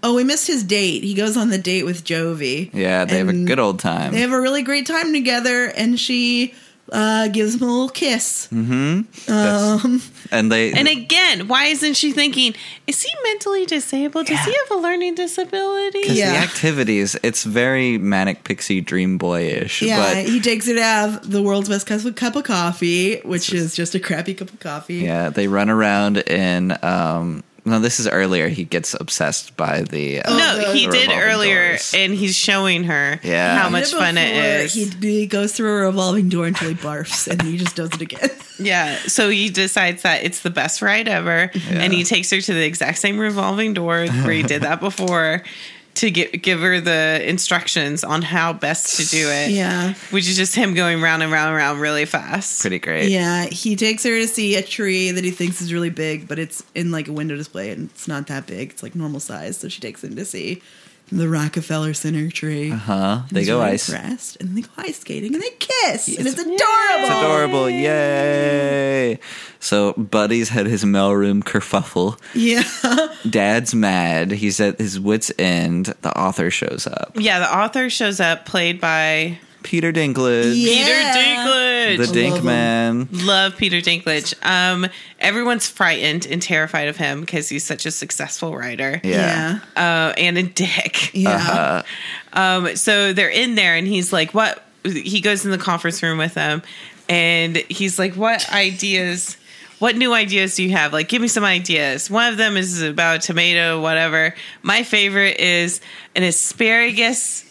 B: Oh, we missed his date. He goes on the date with Jovi.
C: Yeah, they have a
B: And
C: good old time.
B: They have a really great time together, and she uh, gives him a little kiss.
C: Mm-hmm. That's-
B: um,
C: and they
F: And again, why isn't she thinking, is he mentally disabled? Does he have a learning disability?
C: because
B: Yeah.
C: the activities, it's very manic pixie dream boy ish.
B: Yeah,
C: but
B: he takes her to have the world's best cup of, cup of coffee, which is just a crappy cup of coffee.
C: Yeah, they run around in. Um, no, this is earlier. He gets obsessed by the. Uh,
F: No, he
C: the
F: did
C: revolving
F: earlier,
C: doors.
F: and he's showing her
C: Yeah.
F: how
B: The
F: much
B: before,
F: fun it is.
B: He, he goes through a revolving door until he barfs, and he just does it again.
F: yeah, so he decides that it's the best ride ever, and he takes her to the exact same revolving door where he did that before to get, give her the instructions on how best to do it.
B: Yeah.
F: which is just him going round and round and round really fast.
C: Pretty great.
B: Yeah, he takes her to see a tree that he thinks is really big, but it's in like a window display and it's not that big. It's like normal size. So she takes him to see the Rockefeller Center
C: Uh-huh.
B: tree.
C: Huh? They go ice.
B: Dressed, and they go ice skating and they kiss. and it's adorable.
C: It's adorable. Yay. So Buddy's had his mailroom kerfuffle.
B: Yeah.
C: Dad's mad. He's at his wits' end. The author shows up.
F: Yeah, the author shows up, played by
C: Peter Dinklage.
B: Yeah.
F: Peter Dinklage.
C: The
B: love
C: Dink
B: him.
C: Man.
F: Love Peter Dinklage. Um, everyone's frightened and terrified of him because he's such a successful writer.
C: Yeah. Uh-huh.
B: Yeah.
F: Uh, and a dick.
B: Yeah.
F: Um, so they're in there, and he's like, "What?" He goes in the conference room with them, and he's like, "What ideas? What new ideas do you have? Like, give me some ideas." One of them is about a tomato, whatever. My favorite is an asparagus,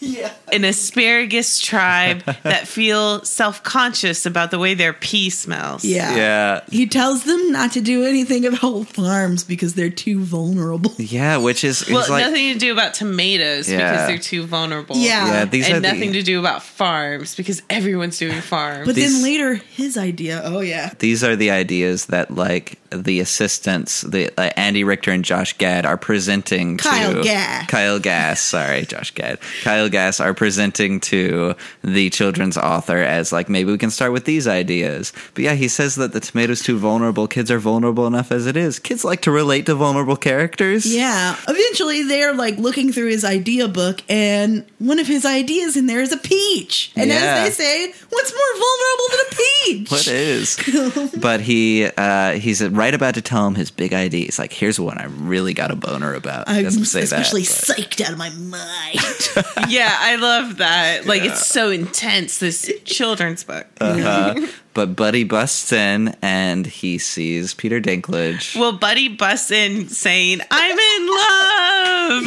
F: an asparagus tribe that feel self conscious about the way their pee smells.
B: Yeah.
C: Yeah. Yeah.
B: He tells them not to do anything about farms because they're too vulnerable.
C: which is
F: Well,
C: it's like
F: nothing to do about tomatoes
C: Yeah.
F: because they're too vulnerable.
B: Yeah.
C: yeah, these are
F: uh, and
C: the-
F: nothing to do about farms because everyone's doing farms.
B: But
C: These-
B: then later, his idea. Oh yeah.
C: these are the ideas that like the assistants, the uh, Andy Richter and Josh Gad are presenting to
B: Kyle Gass.
C: Kyle Gass, sorry, Josh Gad. Kyle Gass are presenting to the children's author as like maybe we can start with these ideas. But yeah, he says that the tomato's too vulnerable. Kids are vulnerable enough as it is. Kids like to relate to vulnerable characters.
B: Yeah. Eventually, they're like looking through his idea book, and one of his ideas in there is a peach. And
C: Yeah.
B: as they say, what's more vulnerable than a peach?
C: What is? but he uh, he's right about to tell him his big idea. He's like, "Here's one I really got a boner about." He
B: I'm
C: doesn't say that,
B: especially
C: but-
B: psyched out of my mind.
F: yeah, I love that. Like it's so intense. This children's book.
C: Uh, But Buddy busts in and he sees Peter Dinklage.
F: well, Buddy busts in saying, "I'm in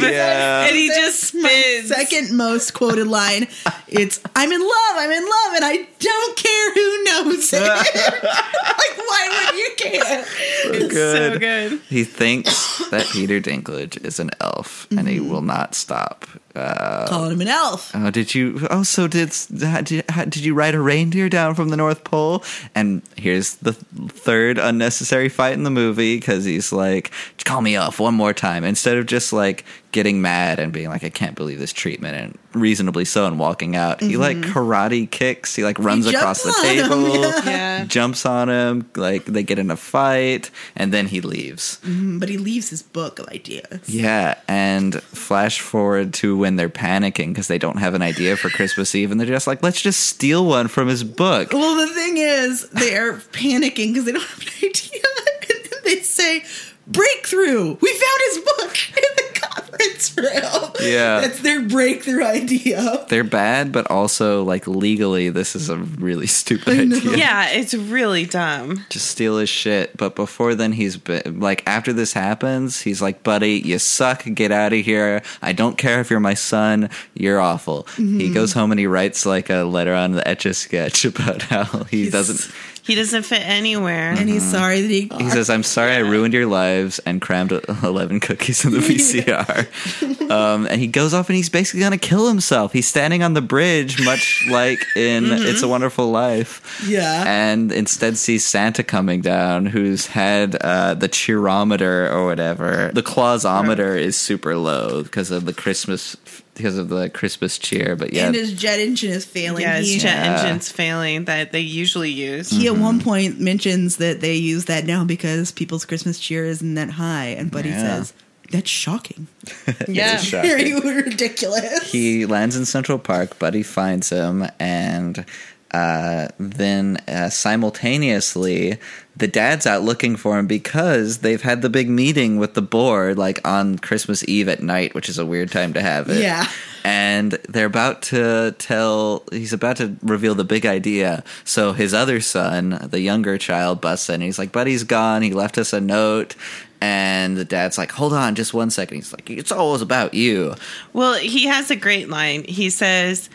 F: love,"
C: Yeah.
F: and he just spins.
B: Second most quoted line. It's I'm in love, I'm in love, and I don't care who knows it. like, why would you care?
C: so
F: So good.
C: He thinks that Peter Dinklage is an elf and
F: Mm-hmm.
C: he will not stop. Uh,
B: Calling him an elf.
C: oh, did you? Oh, so did how- did how- did you ride a reindeer down from the North Pole? And here's the third unnecessary fight in the movie because he's like, "Call me elf one more time," instead of just like getting mad and being like, "I can't believe this treatment," and reasonably so, and walking out. He like karate kicks. He like runs
B: Mm-hmm. jumps
C: across the
B: on him,
C: table.
F: Yeah.
C: jumps on him, like they get in a fight, and then he leaves.
B: mm, But he leaves his book of ideas.
C: Yeah, and flash forward to when they're panicking because they don't have an idea for Christmas Eve, and they're just like, let's just steal one from his book.
B: Well, the thing is, they are panicking because they don't have an idea. And then they say, Breakthrough! We found his book in the conference room.
C: Yeah.
B: That's their breakthrough idea.
C: They're bad, but also, like, legally, this is a really stupid idea.
F: Yeah, it's really dumb.
C: Just steal his shit. But before then, he's been, like, after this happens, he's like, buddy, you suck. Get out of here. I don't care if you're my son. You're awful. He goes home and he writes, like, a letter on the Etch a Sketch about how he doesn't.
F: He doesn't fit anywhere.
B: and he's sorry that he.
C: He says, "I'm sorry I ruined your lives and crammed 11 cookies in the VCR." um, and he goes off and he's basically going to kill himself. He's standing on the bridge, much like in "It's a Wonderful Life."
B: Yeah.
C: And instead sees Santa coming down, who's had uh, the cheerometer or whatever. The clausometer is super low because of the Christmas because of the Christmas cheer. But yeah,
B: And his jet engine is failing.
F: yeah,
B: he,
F: his jet
C: Yeah.
F: engine's failing that they usually use.
B: he at
C: Mm-hmm.
B: one point mentions that they use that now because people's Christmas cheer isn't that high, and Buddy
C: Yeah.
B: says that's shocking.
F: yeah.
B: Very ridiculous.
C: he lands in Central Park. Buddy finds him, and uh, then uh, simultaneously, the dad's out looking for him because they've had the big meeting with the board, like on Christmas Eve at night, which is a weird time to have it.
B: Yeah.
C: And they're about to tell, he's about to reveal the big idea. So his other son, the younger child, busts in. He's like, Buddy's gone. He left us a note. And the dad's like, hold on just one second. He's like, it's always about you.
F: Well, he has a great line. He says,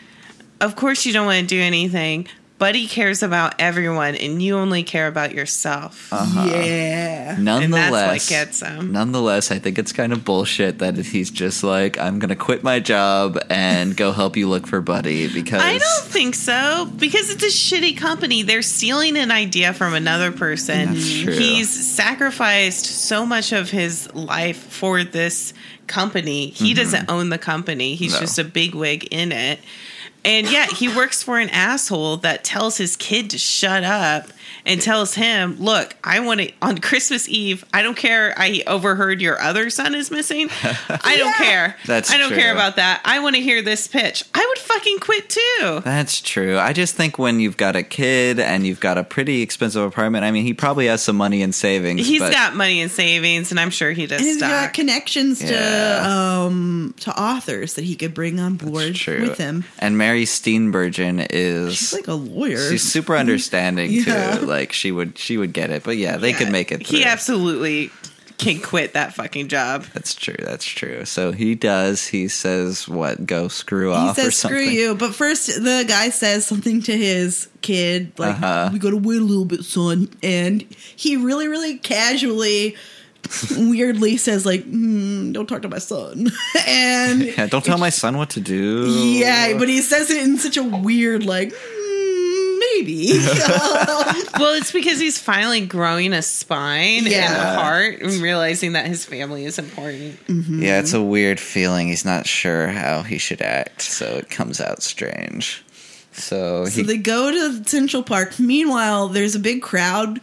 F: Of course, you don't want to do anything. Buddy cares about everyone, and you only care about yourself.
C: uh-huh.
B: Yeah.
F: And
C: Nonetheless,
F: that's what gets him.
C: Nonetheless, I think it's kind of bullshit that he's just like, I'm gonna quit my job and go help you look for Buddy because
F: I don't think so because it's a shitty company. They're stealing an idea from another person.
C: That's true.
F: He's sacrificed so much of his life for this company. He doesn't own the company. He's
C: Mm-hmm. No.
F: just a bigwig in it. And yet he works for an asshole that tells his kid to shut up and tells him, "Look, I want to on Christmas Eve. I don't care. I overheard your other son is missing. I don't care.
C: That's
F: I don't
C: true.
F: care about about that. I want to hear this pitch. I would fucking quit too.
C: That's true. I just think when you've got a kid and you've got a pretty expensive apartment, I mean, he probably has some money in savings.
F: He's
C: but
F: got money in savings, and I'm sure he does
B: And he's
F: stock.
B: got uh, connections to
C: Yeah.
B: um to authors that he could bring on board
C: It's true.
B: with him.
C: And Mary Steenburgen is
B: She's like a lawyer.
C: she's super understanding
B: Yeah.
C: too. Like she would she would get it. But yeah, they could make it. Through.
F: he absolutely can quit that fucking job.
C: That's true. That's true. So he does. He says, "What? Go screw
B: he
C: off or
B: says,
C: something."
B: "Screw you!" But first, the guy says something to his kid, like,
C: Uh-huh.
B: "We gotta wait a little bit, son." And he really, really casually, weirdly says, "Like, mm, don't talk to my son." and
C: Yeah, don't tell my son what to do.
B: yeah, but he says it in such a weird, like, mm, maybe. Um,
F: Well, it's because he's finally growing a spine and
B: Yeah.
F: a heart and realizing that his family is important.
C: Yeah, it's a weird feeling. He's not sure how he should act, so it comes out strange. So,
B: So
C: he,
B: they go to Central Park. Meanwhile, there's a big crowd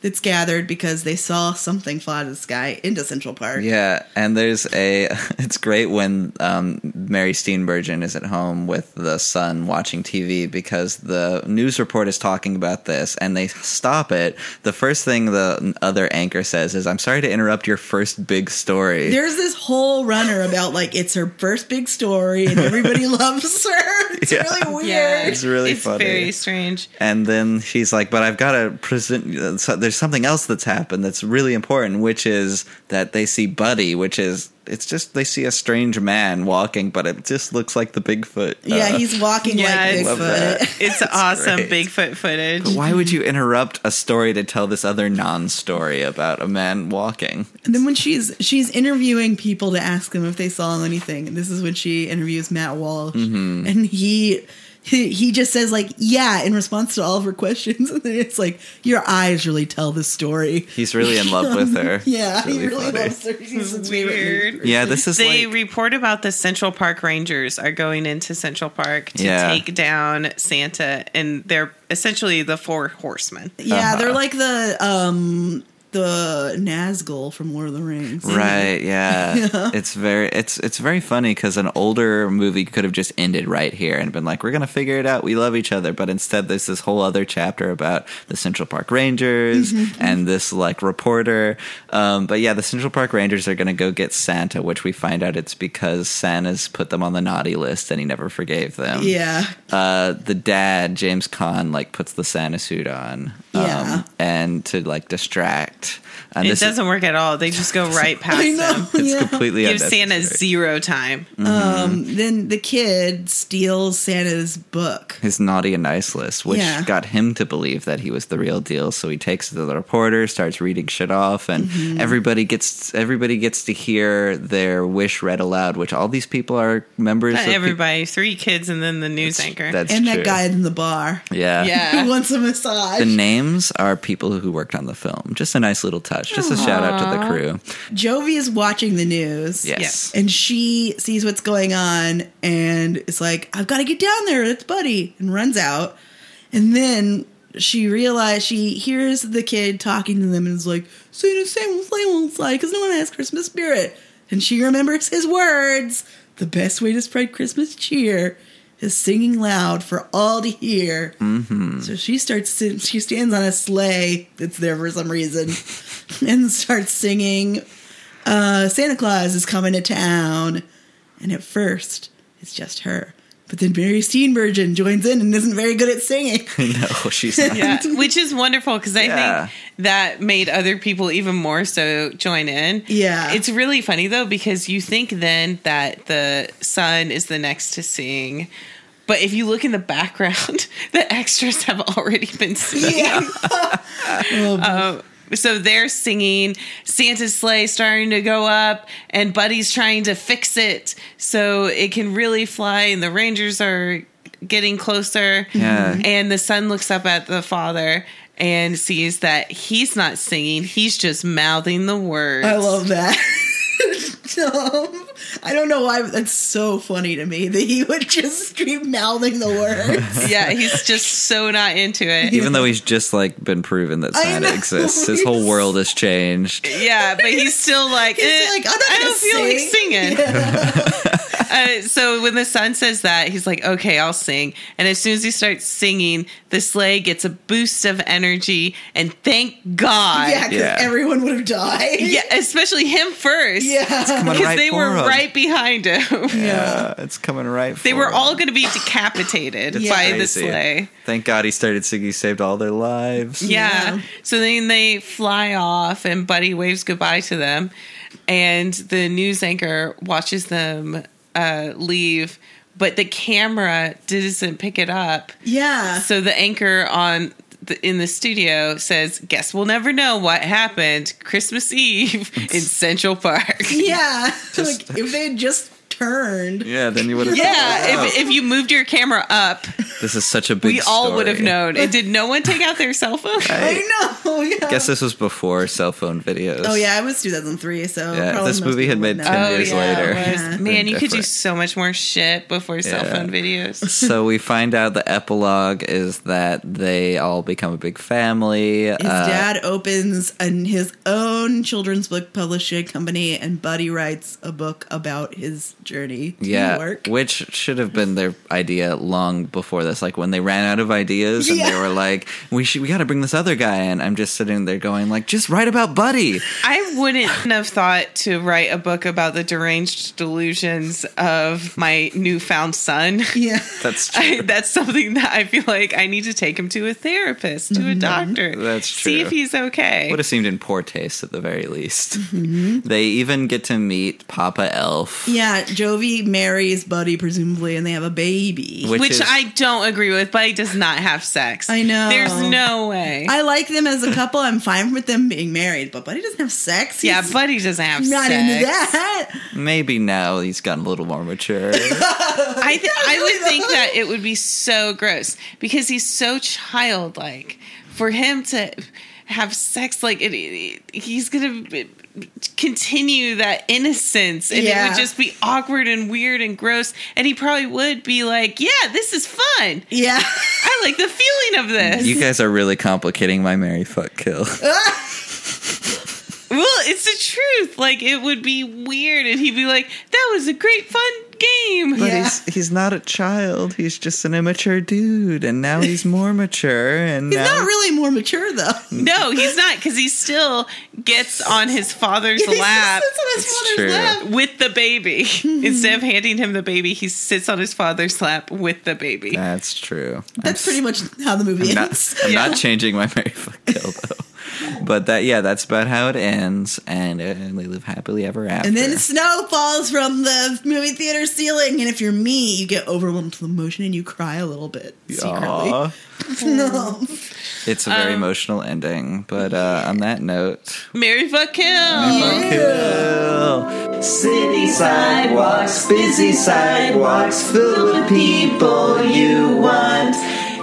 B: that's gathered because they saw something fly to the sky into Central Park.
C: yeah, and there's a. It's great when um, Mary Steenburgen is at home with the son watching TV because the news report is talking about this, and they stop it. The first thing the other anchor says is, "I'm sorry to interrupt your first big story."
B: There's this whole runner about like it's her first big story and everybody loves her. It's
C: Yeah.
B: really weird.
C: It's really
F: it's
C: funny.
F: very strange.
C: And then she's like, "But I've got to present. So there's something else that's happened that's really important, which is that they see Buddy, which is it's just they see a strange man walking, but it just looks like the Bigfoot.
B: Yeah,
C: uh,
B: he's walking
F: yeah, I
B: like
C: love
B: Bigfoot.
F: It's awesome
C: great.
F: Bigfoot footage.
C: Why would you interrupt a story to tell this other non-story about a man walking?
B: And then when she's she's interviewing people to ask them if they saw anything, and this is when she interviews Matt Walsh,
C: Mm-hmm.
B: and he. He he just says like yeah in response to all of her questions, and then it's like your eyes really tell the story.
C: He's really in love with her.
B: Yeah,
C: It's really
B: he really
C: funny.
B: loves her. He's his favorite
F: Weird.
B: character.
C: Yeah, this is
F: they
C: like
F: report about the Central Park Rangers are going into Central Park to
C: Yeah.
F: take down Santa, and they're essentially the four horsemen.
B: Yeah,
C: Uh-huh.
B: they're like the um the Nazgul from Lord of the Rings.
C: Right, yeah. It's very it's it's very funny cuz an older movie could have just ended right here and been like we're going to figure it out. We love each other, but instead there's this whole other chapter about the Central Park Rangers and this like reporter. Um but yeah, the Central Park Rangers are going to go get Santa, which we find out it's because Santa's put them on the naughty list and he never forgave them.
B: Yeah.
C: Uh the dad, James Caan, like puts the Santa suit on
B: Yeah.
C: and to like distract. And
F: It
C: this is-
F: doesn't work at all. They just go right past them.
C: It's
B: Yeah.
C: completely
F: Give Santa
C: unnecessary.
F: zero time.
C: Mm-hmm.
B: Um, then the kid steals Santa's book.
C: his naughty and nice list, which
B: Yeah.
C: got him to believe that he was the real deal. So he takes it to the reporter, starts reading shit off, and
B: Mm-hmm.
C: everybody gets everybody gets to hear their wish read aloud. Which all these people are members.
F: Not
C: of peop-
F: everybody. Three kids and then the news anchor.
C: That's
B: and
C: true.
B: that guy in the bar
C: Yeah.
B: who
F: yeah.
B: wants a massage.
C: The names are people who worked on the film. Just a nice little touch. Just a shout out to the crew.
B: Jovi is watching the news.
C: Yes.
B: And she sees what's going on and is like, I've got to get down there. It's Buddy. And runs out. And then she realizes she hears the kid talking to them and is like, Soon as Sam will slay won't slide because no one has Christmas spirit. And she remembers his words The best way to spread Christmas cheer is singing loud for all to hear. So she starts, si- she stands on a sleigh that's there for some reason and starts singing uh, Santa Claus is coming to town. And at first, it's just her. But then Mary Steenburgen joins in and isn't very good at singing.
C: No, she's not.
F: Yeah, Uh, which is wonderful because I
C: Yeah.
F: think that made other people even more so join in.
B: Yeah.
F: It's really funny though because you think then that the son is the next to sing. But if you look in the background, the extras have already been singing.
B: Yeah.
F: Um, so they're singing Santa's sleigh starting to go up and Buddy's trying to fix it so it can really fly and the Rangers are getting closer.
C: Yeah.
F: And the son looks up at the father and sees that he's not singing, he's just mouthing the words.
B: I love that. Um, I don't know why but that's so funny to me that he would just keep mouthing the words.
F: Yeah, he's just so not into it.
C: Even though he's just like been proven that
B: I
C: Santa
B: know.
C: exists, his whole world has changed.
F: Yeah, but he's still like, "Eh,
B: like, "I'm not
F: I
B: gonna
F: don't feel like singing. uh, so when the son says that, he's like, okay, I'll sing. And as soon as he starts singing, the sleigh gets a boost of energy, and thank God.
B: Yeah, because
C: Yeah.
B: everyone would have died.
F: Yeah, especially him first.
B: Yeah.
C: Coming
F: Because
C: right
F: they
C: for
F: were
C: him.
F: right behind him.
C: Yeah, it's coming right.
F: They
C: for
F: were
C: him.
F: all going to be decapitated
B: Yeah.
F: by the
C: Crazy.
F: sleigh.
C: Thank God he started singing. He saved all their lives.
F: Yeah.
B: Yeah.
F: So then they fly off, and Buddy waves goodbye to them, and the news anchor watches them uh, leave, but the camera doesn't pick it up.
B: Yeah.
F: So the anchor on the, in the studio says, "Guess we'll never know what happened Christmas Eve in Central Park."
B: Yeah. like, if they had just turned.
C: Yeah, then you would have.
F: Yeah, if, if you moved your camera up,
C: this is such a big.
F: we all would have
C: story.
F: known. And did no one take out their cell phone?
B: I know. Yeah.
C: Guess this was before cell phone videos.
B: Oh yeah, it was 2003. So
C: Yeah, if
B: probably
C: this
B: most
C: movie had
B: people would
C: made
B: know.
C: 10 Oh, years yeah, later.
F: it was.
B: Yeah.
F: Man, you could do
C: Different.
F: so much more shit before cell
C: Yeah.
F: phone videos.
C: So we find out the epilogue is that they all become a big family. uh,
B: His dad opens an, his own children's book publishing company, and Buddy writes a book about his journey to
C: yeah,
B: work.
C: which should have been their idea long before this. Like when they ran out of ideas and they
B: Yeah.
C: were like, "We should, we got to bring this other guy in." I'm just sitting there going, "Like, just write about Buddy."
F: I wouldn't have thought to write a book about the deranged delusions of my newfound son.
B: yeah,
C: That's true.
F: I, that's something that I feel like I need to take him to a therapist,
B: Mm-hmm.
F: to a doctor.
C: That's
F: See
C: true.
F: if he's okay.
C: would have seemed in poor taste at the very least. They even get to meet Papa Elf.
B: Mm-hmm. yeah. Jovi marries Buddy, presumably, and they have a baby.
C: Which
F: which
C: is-
F: I don't agree with, but he does not have sex.
B: I know.
F: There's no way.
B: I like them as a couple. I'm fine with them being married, but Buddy doesn't have sex.
F: yeah,
B: He's
F: Buddy doesn't have
B: not
F: sex.
B: into that.
C: Maybe now he's gotten a little more mature.
F: I th- I would think that it would be so gross because he's so childlike. For him to have sex, like it, it- he's gonna b- continue that innocence, and it
B: Yeah.
F: would just be awkward and weird and gross. And he probably would be like, "Yeah, this is fun.
B: Yeah,
F: I like the feeling of this."
C: you guys are really complicating my Mary fuck kill.
F: well, it's the truth. Like it would be weird, and he'd be like, "That was a great fun game.
C: But he's he's not a child. He's just an immature dude, and now he's more mature. And
B: He's
C: now
B: not really more mature though.
F: No, he's not because he still gets on his father's lap
B: That's what his
C: It's true.
B: mother's lap.
F: with the baby. Instead of handing him the baby, he sits on his father's lap with the baby.
C: that's true.
B: That's pretty much how the movie
C: I'm
B: ends.
C: not, I'm not changing my Mary Fuck Kill though. But that yeah, that's about how it ends, and, and they live happily ever after.
B: And then snow falls from the movie theater ceiling, and if you're me, you get overwhelmed with emotion and you cry a little bit secretly.
C: Aw. It's a very emotional ending. But uh, on that note,
F: Mary fuck kill.
C: City sidewalks, busy sidewalks, full of people you want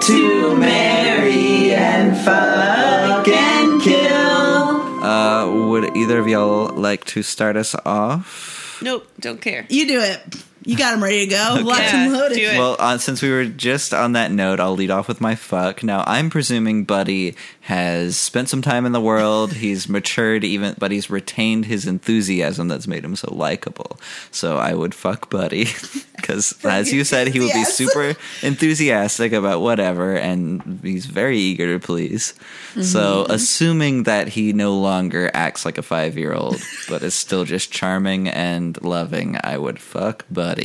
C: to marry and fuck and kill. Uh, would either of y'all like to start us off?
F: Nope, don't care.
B: You do it. You got him ready to go. Locked and
F: Yeah,
B: loaded.
F: do it.
C: Well, uh, since we were just on that note, I'll lead off with my fuck. Now, I'm presuming Buddy has spent some time in the world. He's matured, even, but he's retained his enthusiasm that's made him so likable. So I would fuck Buddy because, as you said, he would be
B: Yes.
C: super enthusiastic about whatever, and he's very eager to please. So,
B: Mm-hmm.
C: assuming that he no longer acts like a five year old, but is still just charming and loving, I would fuck Buddy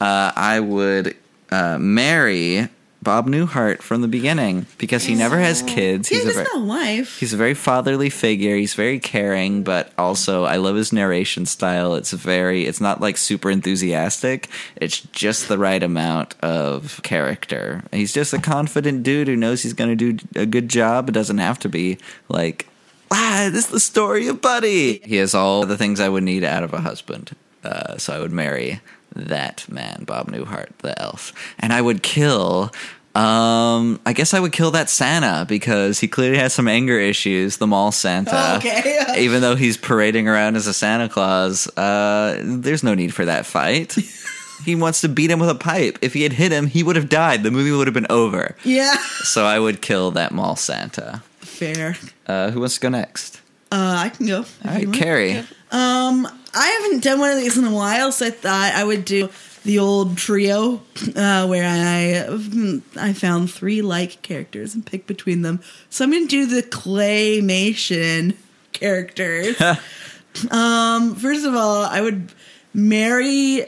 C: uh, I would uh, marry Bob Newhart from the beginning because he never has kids.
B: Yeah,
C: He's a
B: there's
C: very,
B: no wife.
C: he's a very fatherly figure. He's very caring, but also I love his narration style. It's very it's not like super enthusiastic. It's just the right amount of character. He's just a confident dude who knows he's going to do a good job. It doesn't have to be like ah, this is the story of Buddy. He has all the things I would need out of a husband. Uh, so I would marry that man, Bob Newhart, the elf, and I would kill. Um, I guess I would kill that Santa because he clearly has some anger issues. The mall Santa,
B: Okay.
C: even though he's parading around as a Santa Claus, uh, there's no need for that fight. he wants to beat him with a pipe. If he had hit him, he would have died. The movie would have been over.
B: Yeah.
C: So I would kill that mall Santa.
B: Fair.
C: Uh, who wants to go next?
B: Uh, I can go. if
C: All
B: you
C: right,
B: want.
C: Carrie.
B: Um, I haven't done one of these in a while, so I thought I would do the old trio uh, where I I found three like characters and pick between them. So I'm going to do the claymation characters. um, first of all, I would marry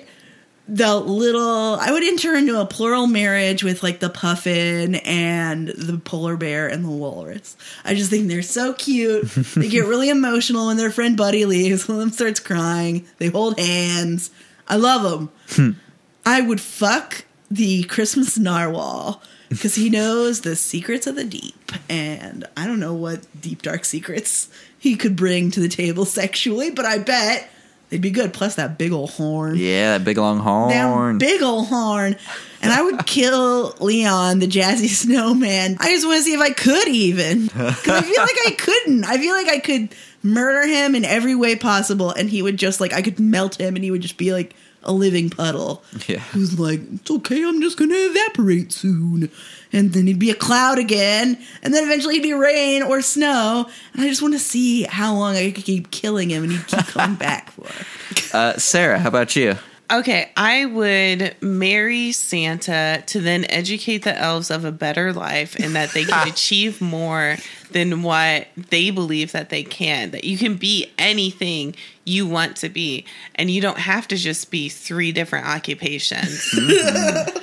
B: the little I would enter into a plural marriage with like the puffin and the polar bear and the walrus. I just think they're so cute. they get really emotional when their friend Buddy leaves. One of them starts crying. They hold hands. I love them. I would fuck the Christmas narwhal because he knows the secrets of the deep, and I don't know what deep dark secrets he could bring to the table sexually, but I bet they'd be good. Plus that big old horn.
C: Yeah, that big long horn.
B: That big old horn. And I would kill Leon, the jazzy snowman. I just want to see if I could even. Because I feel like I couldn't. I feel like I could murder him in every way possible. And he would just like, I could melt him and he would just be like a living puddle.
C: Yeah.
B: Who's like, it's okay, I'm just going to evaporate soon. And then he'd be a cloud again. And then eventually he'd be rain or snow. And I just want to see how long I could keep killing him and he'd keep coming back for.
C: Uh, Sarah, how about you?
F: Okay, I would marry Santa to then educate the elves of a better life and that they can achieve more than what they believe that they can. That you can be anything you want to be, and you don't have to just be three different occupations.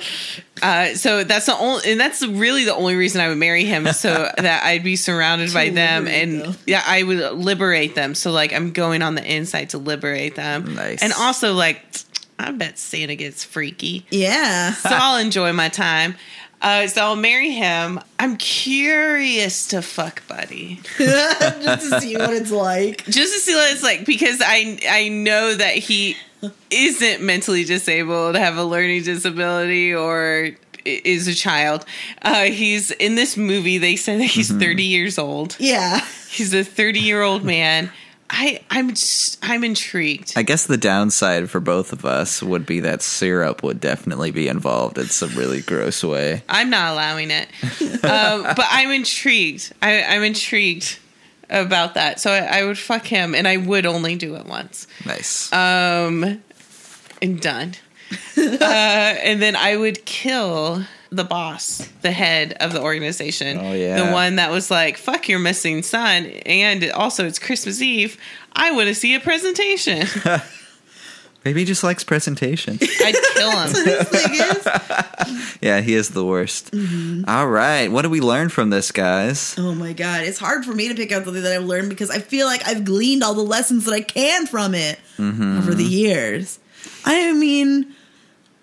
F: uh, so that's the only, and that's really the only reason I would marry him, so that I'd be surrounded by them,
B: liberate
F: and
B: them.
F: yeah, I would liberate them. So like, I'm going on the inside to liberate them,
C: Nice.
F: and also also like I bet Santa gets freaky.
B: Yeah.
F: So I'll enjoy my time. Uh, so I'll marry him. I'm curious to fuck Buddy
B: just to see what it's like.
F: just to see what it's like because I I know that he isn't mentally disabled, have a learning disability, or i- is a child. Uh, he's in this movie. They said that he's 30 years old.
B: Yeah.
F: He's a 30 year old man. I I'm just, I'm intrigued.
C: I guess the downside for both of us would be that syrup would definitely be involved in some really gross way.
F: I'm not allowing it. um, but I'm intrigued. I, I'm intrigued about that. So I, I would
B: Uh,
F: fuck him, and I would only do it once.
C: Nice.
F: Um, and done. Uh, and then I would kill the boss, the head of the organization.
C: Oh, yeah.
F: The one that was like, fuck your missing son. And also, it's Christmas Eve. I want to see a presentation.
C: Maybe he just likes presentation.
F: I'd kill him.
B: This thing is.
C: yeah, he is the worst.
B: Mm-hmm.
C: All right. What do we learn from this, guys?
B: Oh my god, it's hard for me to pick out something that I've learned because I feel like I've gleaned all the lessons that I can from it
C: Mm-hmm.
B: over the years. I mean,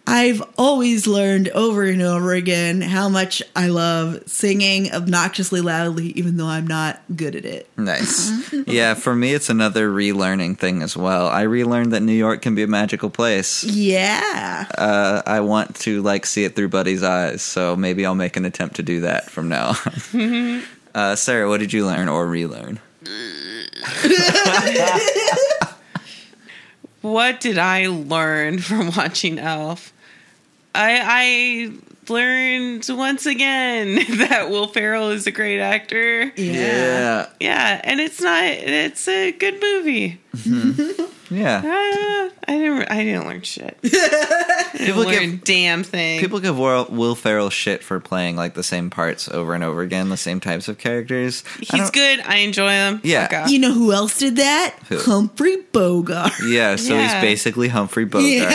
B: I've always learned over and over again how much I love singing obnoxiously loudly, even though I'm not good at it.
C: Nice. yeah, for me, it's another relearning thing as well. I relearned that New York can be a magical place.
B: Yeah.
C: Uh, I want to like see it through Buddy's eyes, so maybe I'll make an attempt to do that from now. on. uh, Sarah, what did you learn or relearn?
F: what did I learn from watching Elf? I, I learned once again that Will Ferrell is a great actor.
C: Yeah.
F: Yeah, and it's not. It's a good movie.
C: Yeah.
F: Uh, I didn't. I didn't learn shit. People
C: give-
F: learn damn thing.
C: People give Will, Will Ferrell shit for playing like the same parts over and over again, the same types of characters. I
F: He's
C: don't-
F: good. I enjoy him.
C: Yeah.
F: Fuck off.
B: You know who else did that?
C: Who?
B: Humphrey Bogart.
C: Yeah, so
F: Yeah.
C: he's basically Humphrey Bogart.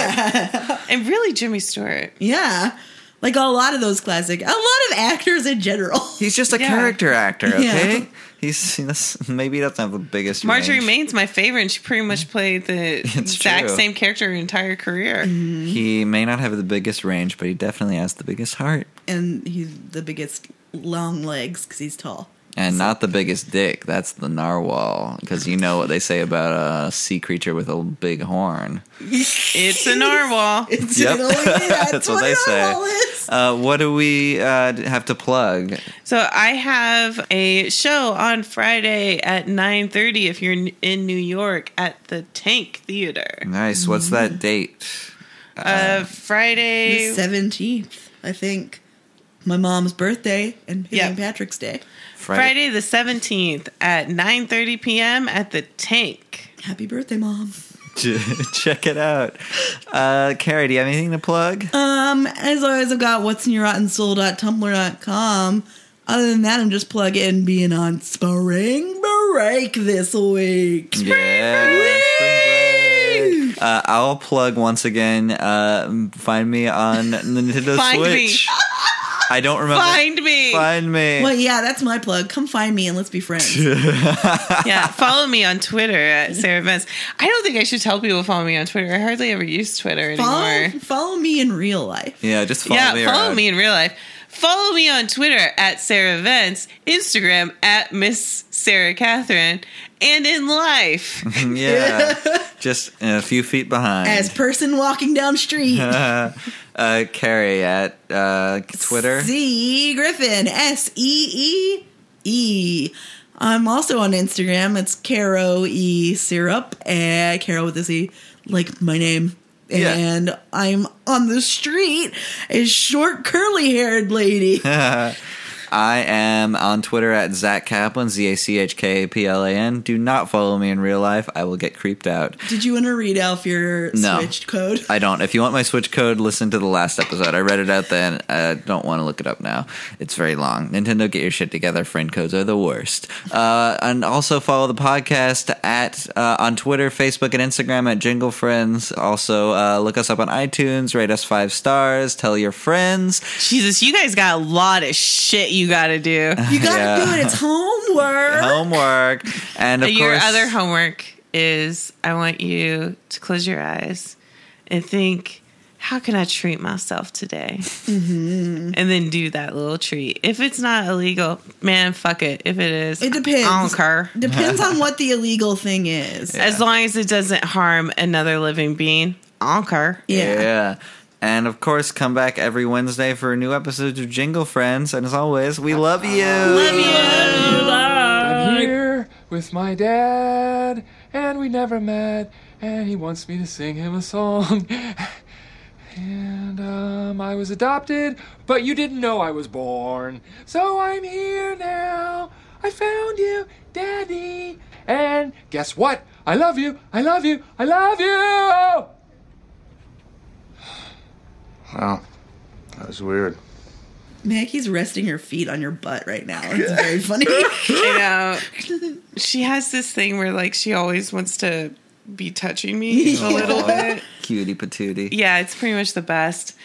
F: and really Jimmy Stewart.
B: Yeah. Like a lot of those classic, a lot of actors in general.
C: He's just a
F: Yeah.
C: character actor,
B: Yeah.
C: okay? He's that's, maybe he doesn't have the biggest.
F: Marjorie
C: range.
F: Main's my favorite, and she pretty much played the exact
C: true.
F: same character her entire career.
C: He may not have the biggest range, but he definitely has the biggest heart,
B: And he's the biggest long legs because he's tall.
C: and not the biggest dick. That's the narwhal, because you know what they say about a sea creature with a big horn.
F: It's a narwhal.
B: It's
C: Yep.
B: an old- yeah,
C: That's what they
B: an
C: say.
B: eyeball is.
C: Uh, what do we uh, have to plug?
F: So I have a show on Friday at nine thirty. If you're in- in New York, at the Tank Theater.
C: Nice. What's that date?
F: Uh,
B: The
F: Friday.
B: 17th, I think. My mom's birthday and St.
F: Yeah.
B: Patrick's Day.
F: Friday the 17th at 9:30 p.m. at the Tank.
B: Happy birthday, mom.
C: Check it out. Uh, Carrie, do you have anything to plug?
B: Um, as always, I've got what's in your rotten soul.tumblr.com. Other than that, I'm just plugging being on spring break this week.
C: Yeah.
B: break!
C: spring break. Uh, I'll plug once again. Uh, find me on the Nintendo
F: Find me.
C: Switch. I don't remember.
F: Find me.
C: Find me.
B: Well, yeah, that's my plug. Come find me and let's be friends.
F: Yeah, follow me on Twitter at Sarah Vance. I don't think I should tell people to follow me on Twitter. I hardly ever use Twitter
B: follow,
F: anymore.
B: follow me in real life.
C: Yeah, just follow
F: yeah,
C: me.
F: follow
C: around.
F: me in real life. Follow me on Twitter at Sarah Vance, Instagram at Miss Sarah Catherine, and in life.
C: yeah, just a few feet behind.
B: As person walking down street.
C: uh, uh, Carrie at uh, Twitter.
B: Z Griffin. S E E E. I'm also on Instagram. It's Caro E Syrup. And Caro with a Z, like my name.
C: Yeah.
B: And I'm on the street, a short, curly haired lady.
C: I am on Twitter at Zach Kaplan, Z A C H K A P L A N. Do not follow me in real life. I will get creeped out.
B: Did you want to read off your
C: No.
B: switched code?
C: I don't. If you want my Switch code, listen to the last episode. I read it out then. I don't want to look it up now. It's very long. Nintendo, get your shit together. Friend codes are the worst. Uh, and also follow the podcast at uh, on Twitter, Facebook, and Instagram at Jingle Friends. Also, uh, look us up on iTunes. Rate us five stars. Tell your friends.
F: Jesus, you guys got a lot of shit you got to do.
B: You gotta
C: Yeah.
B: do it. It's homework.
C: Homework. And of
F: your
C: course,
F: other homework is I want you to close your eyes and think, how can I treat myself today? And then do that little treat. If it's not illegal, man, fuck it. If it is,
B: It depends.
F: I don't care.
B: Depends on what the illegal thing is.
F: As long as it doesn't harm another living being, I don't care.
C: Yeah.
B: yeah.
C: And of course, come back every Wednesday for a new episode of Jingle Friends. And as always, we love you.
G: I'm here with my dad, and we never met, and he wants me to sing him a song. and um, I was adopted, but you didn't know I was born. So I'm here now. I found you, Daddy. And guess what? I love you. I love you. I love you.
H: Wow. That was weird.
B: Maggie's resting her feet on your butt right now. It's very funny.
F: You know, she has this thing where like she always wants to be touching me a little bit.
C: Cutie patootie.
F: Yeah, it's pretty much the best.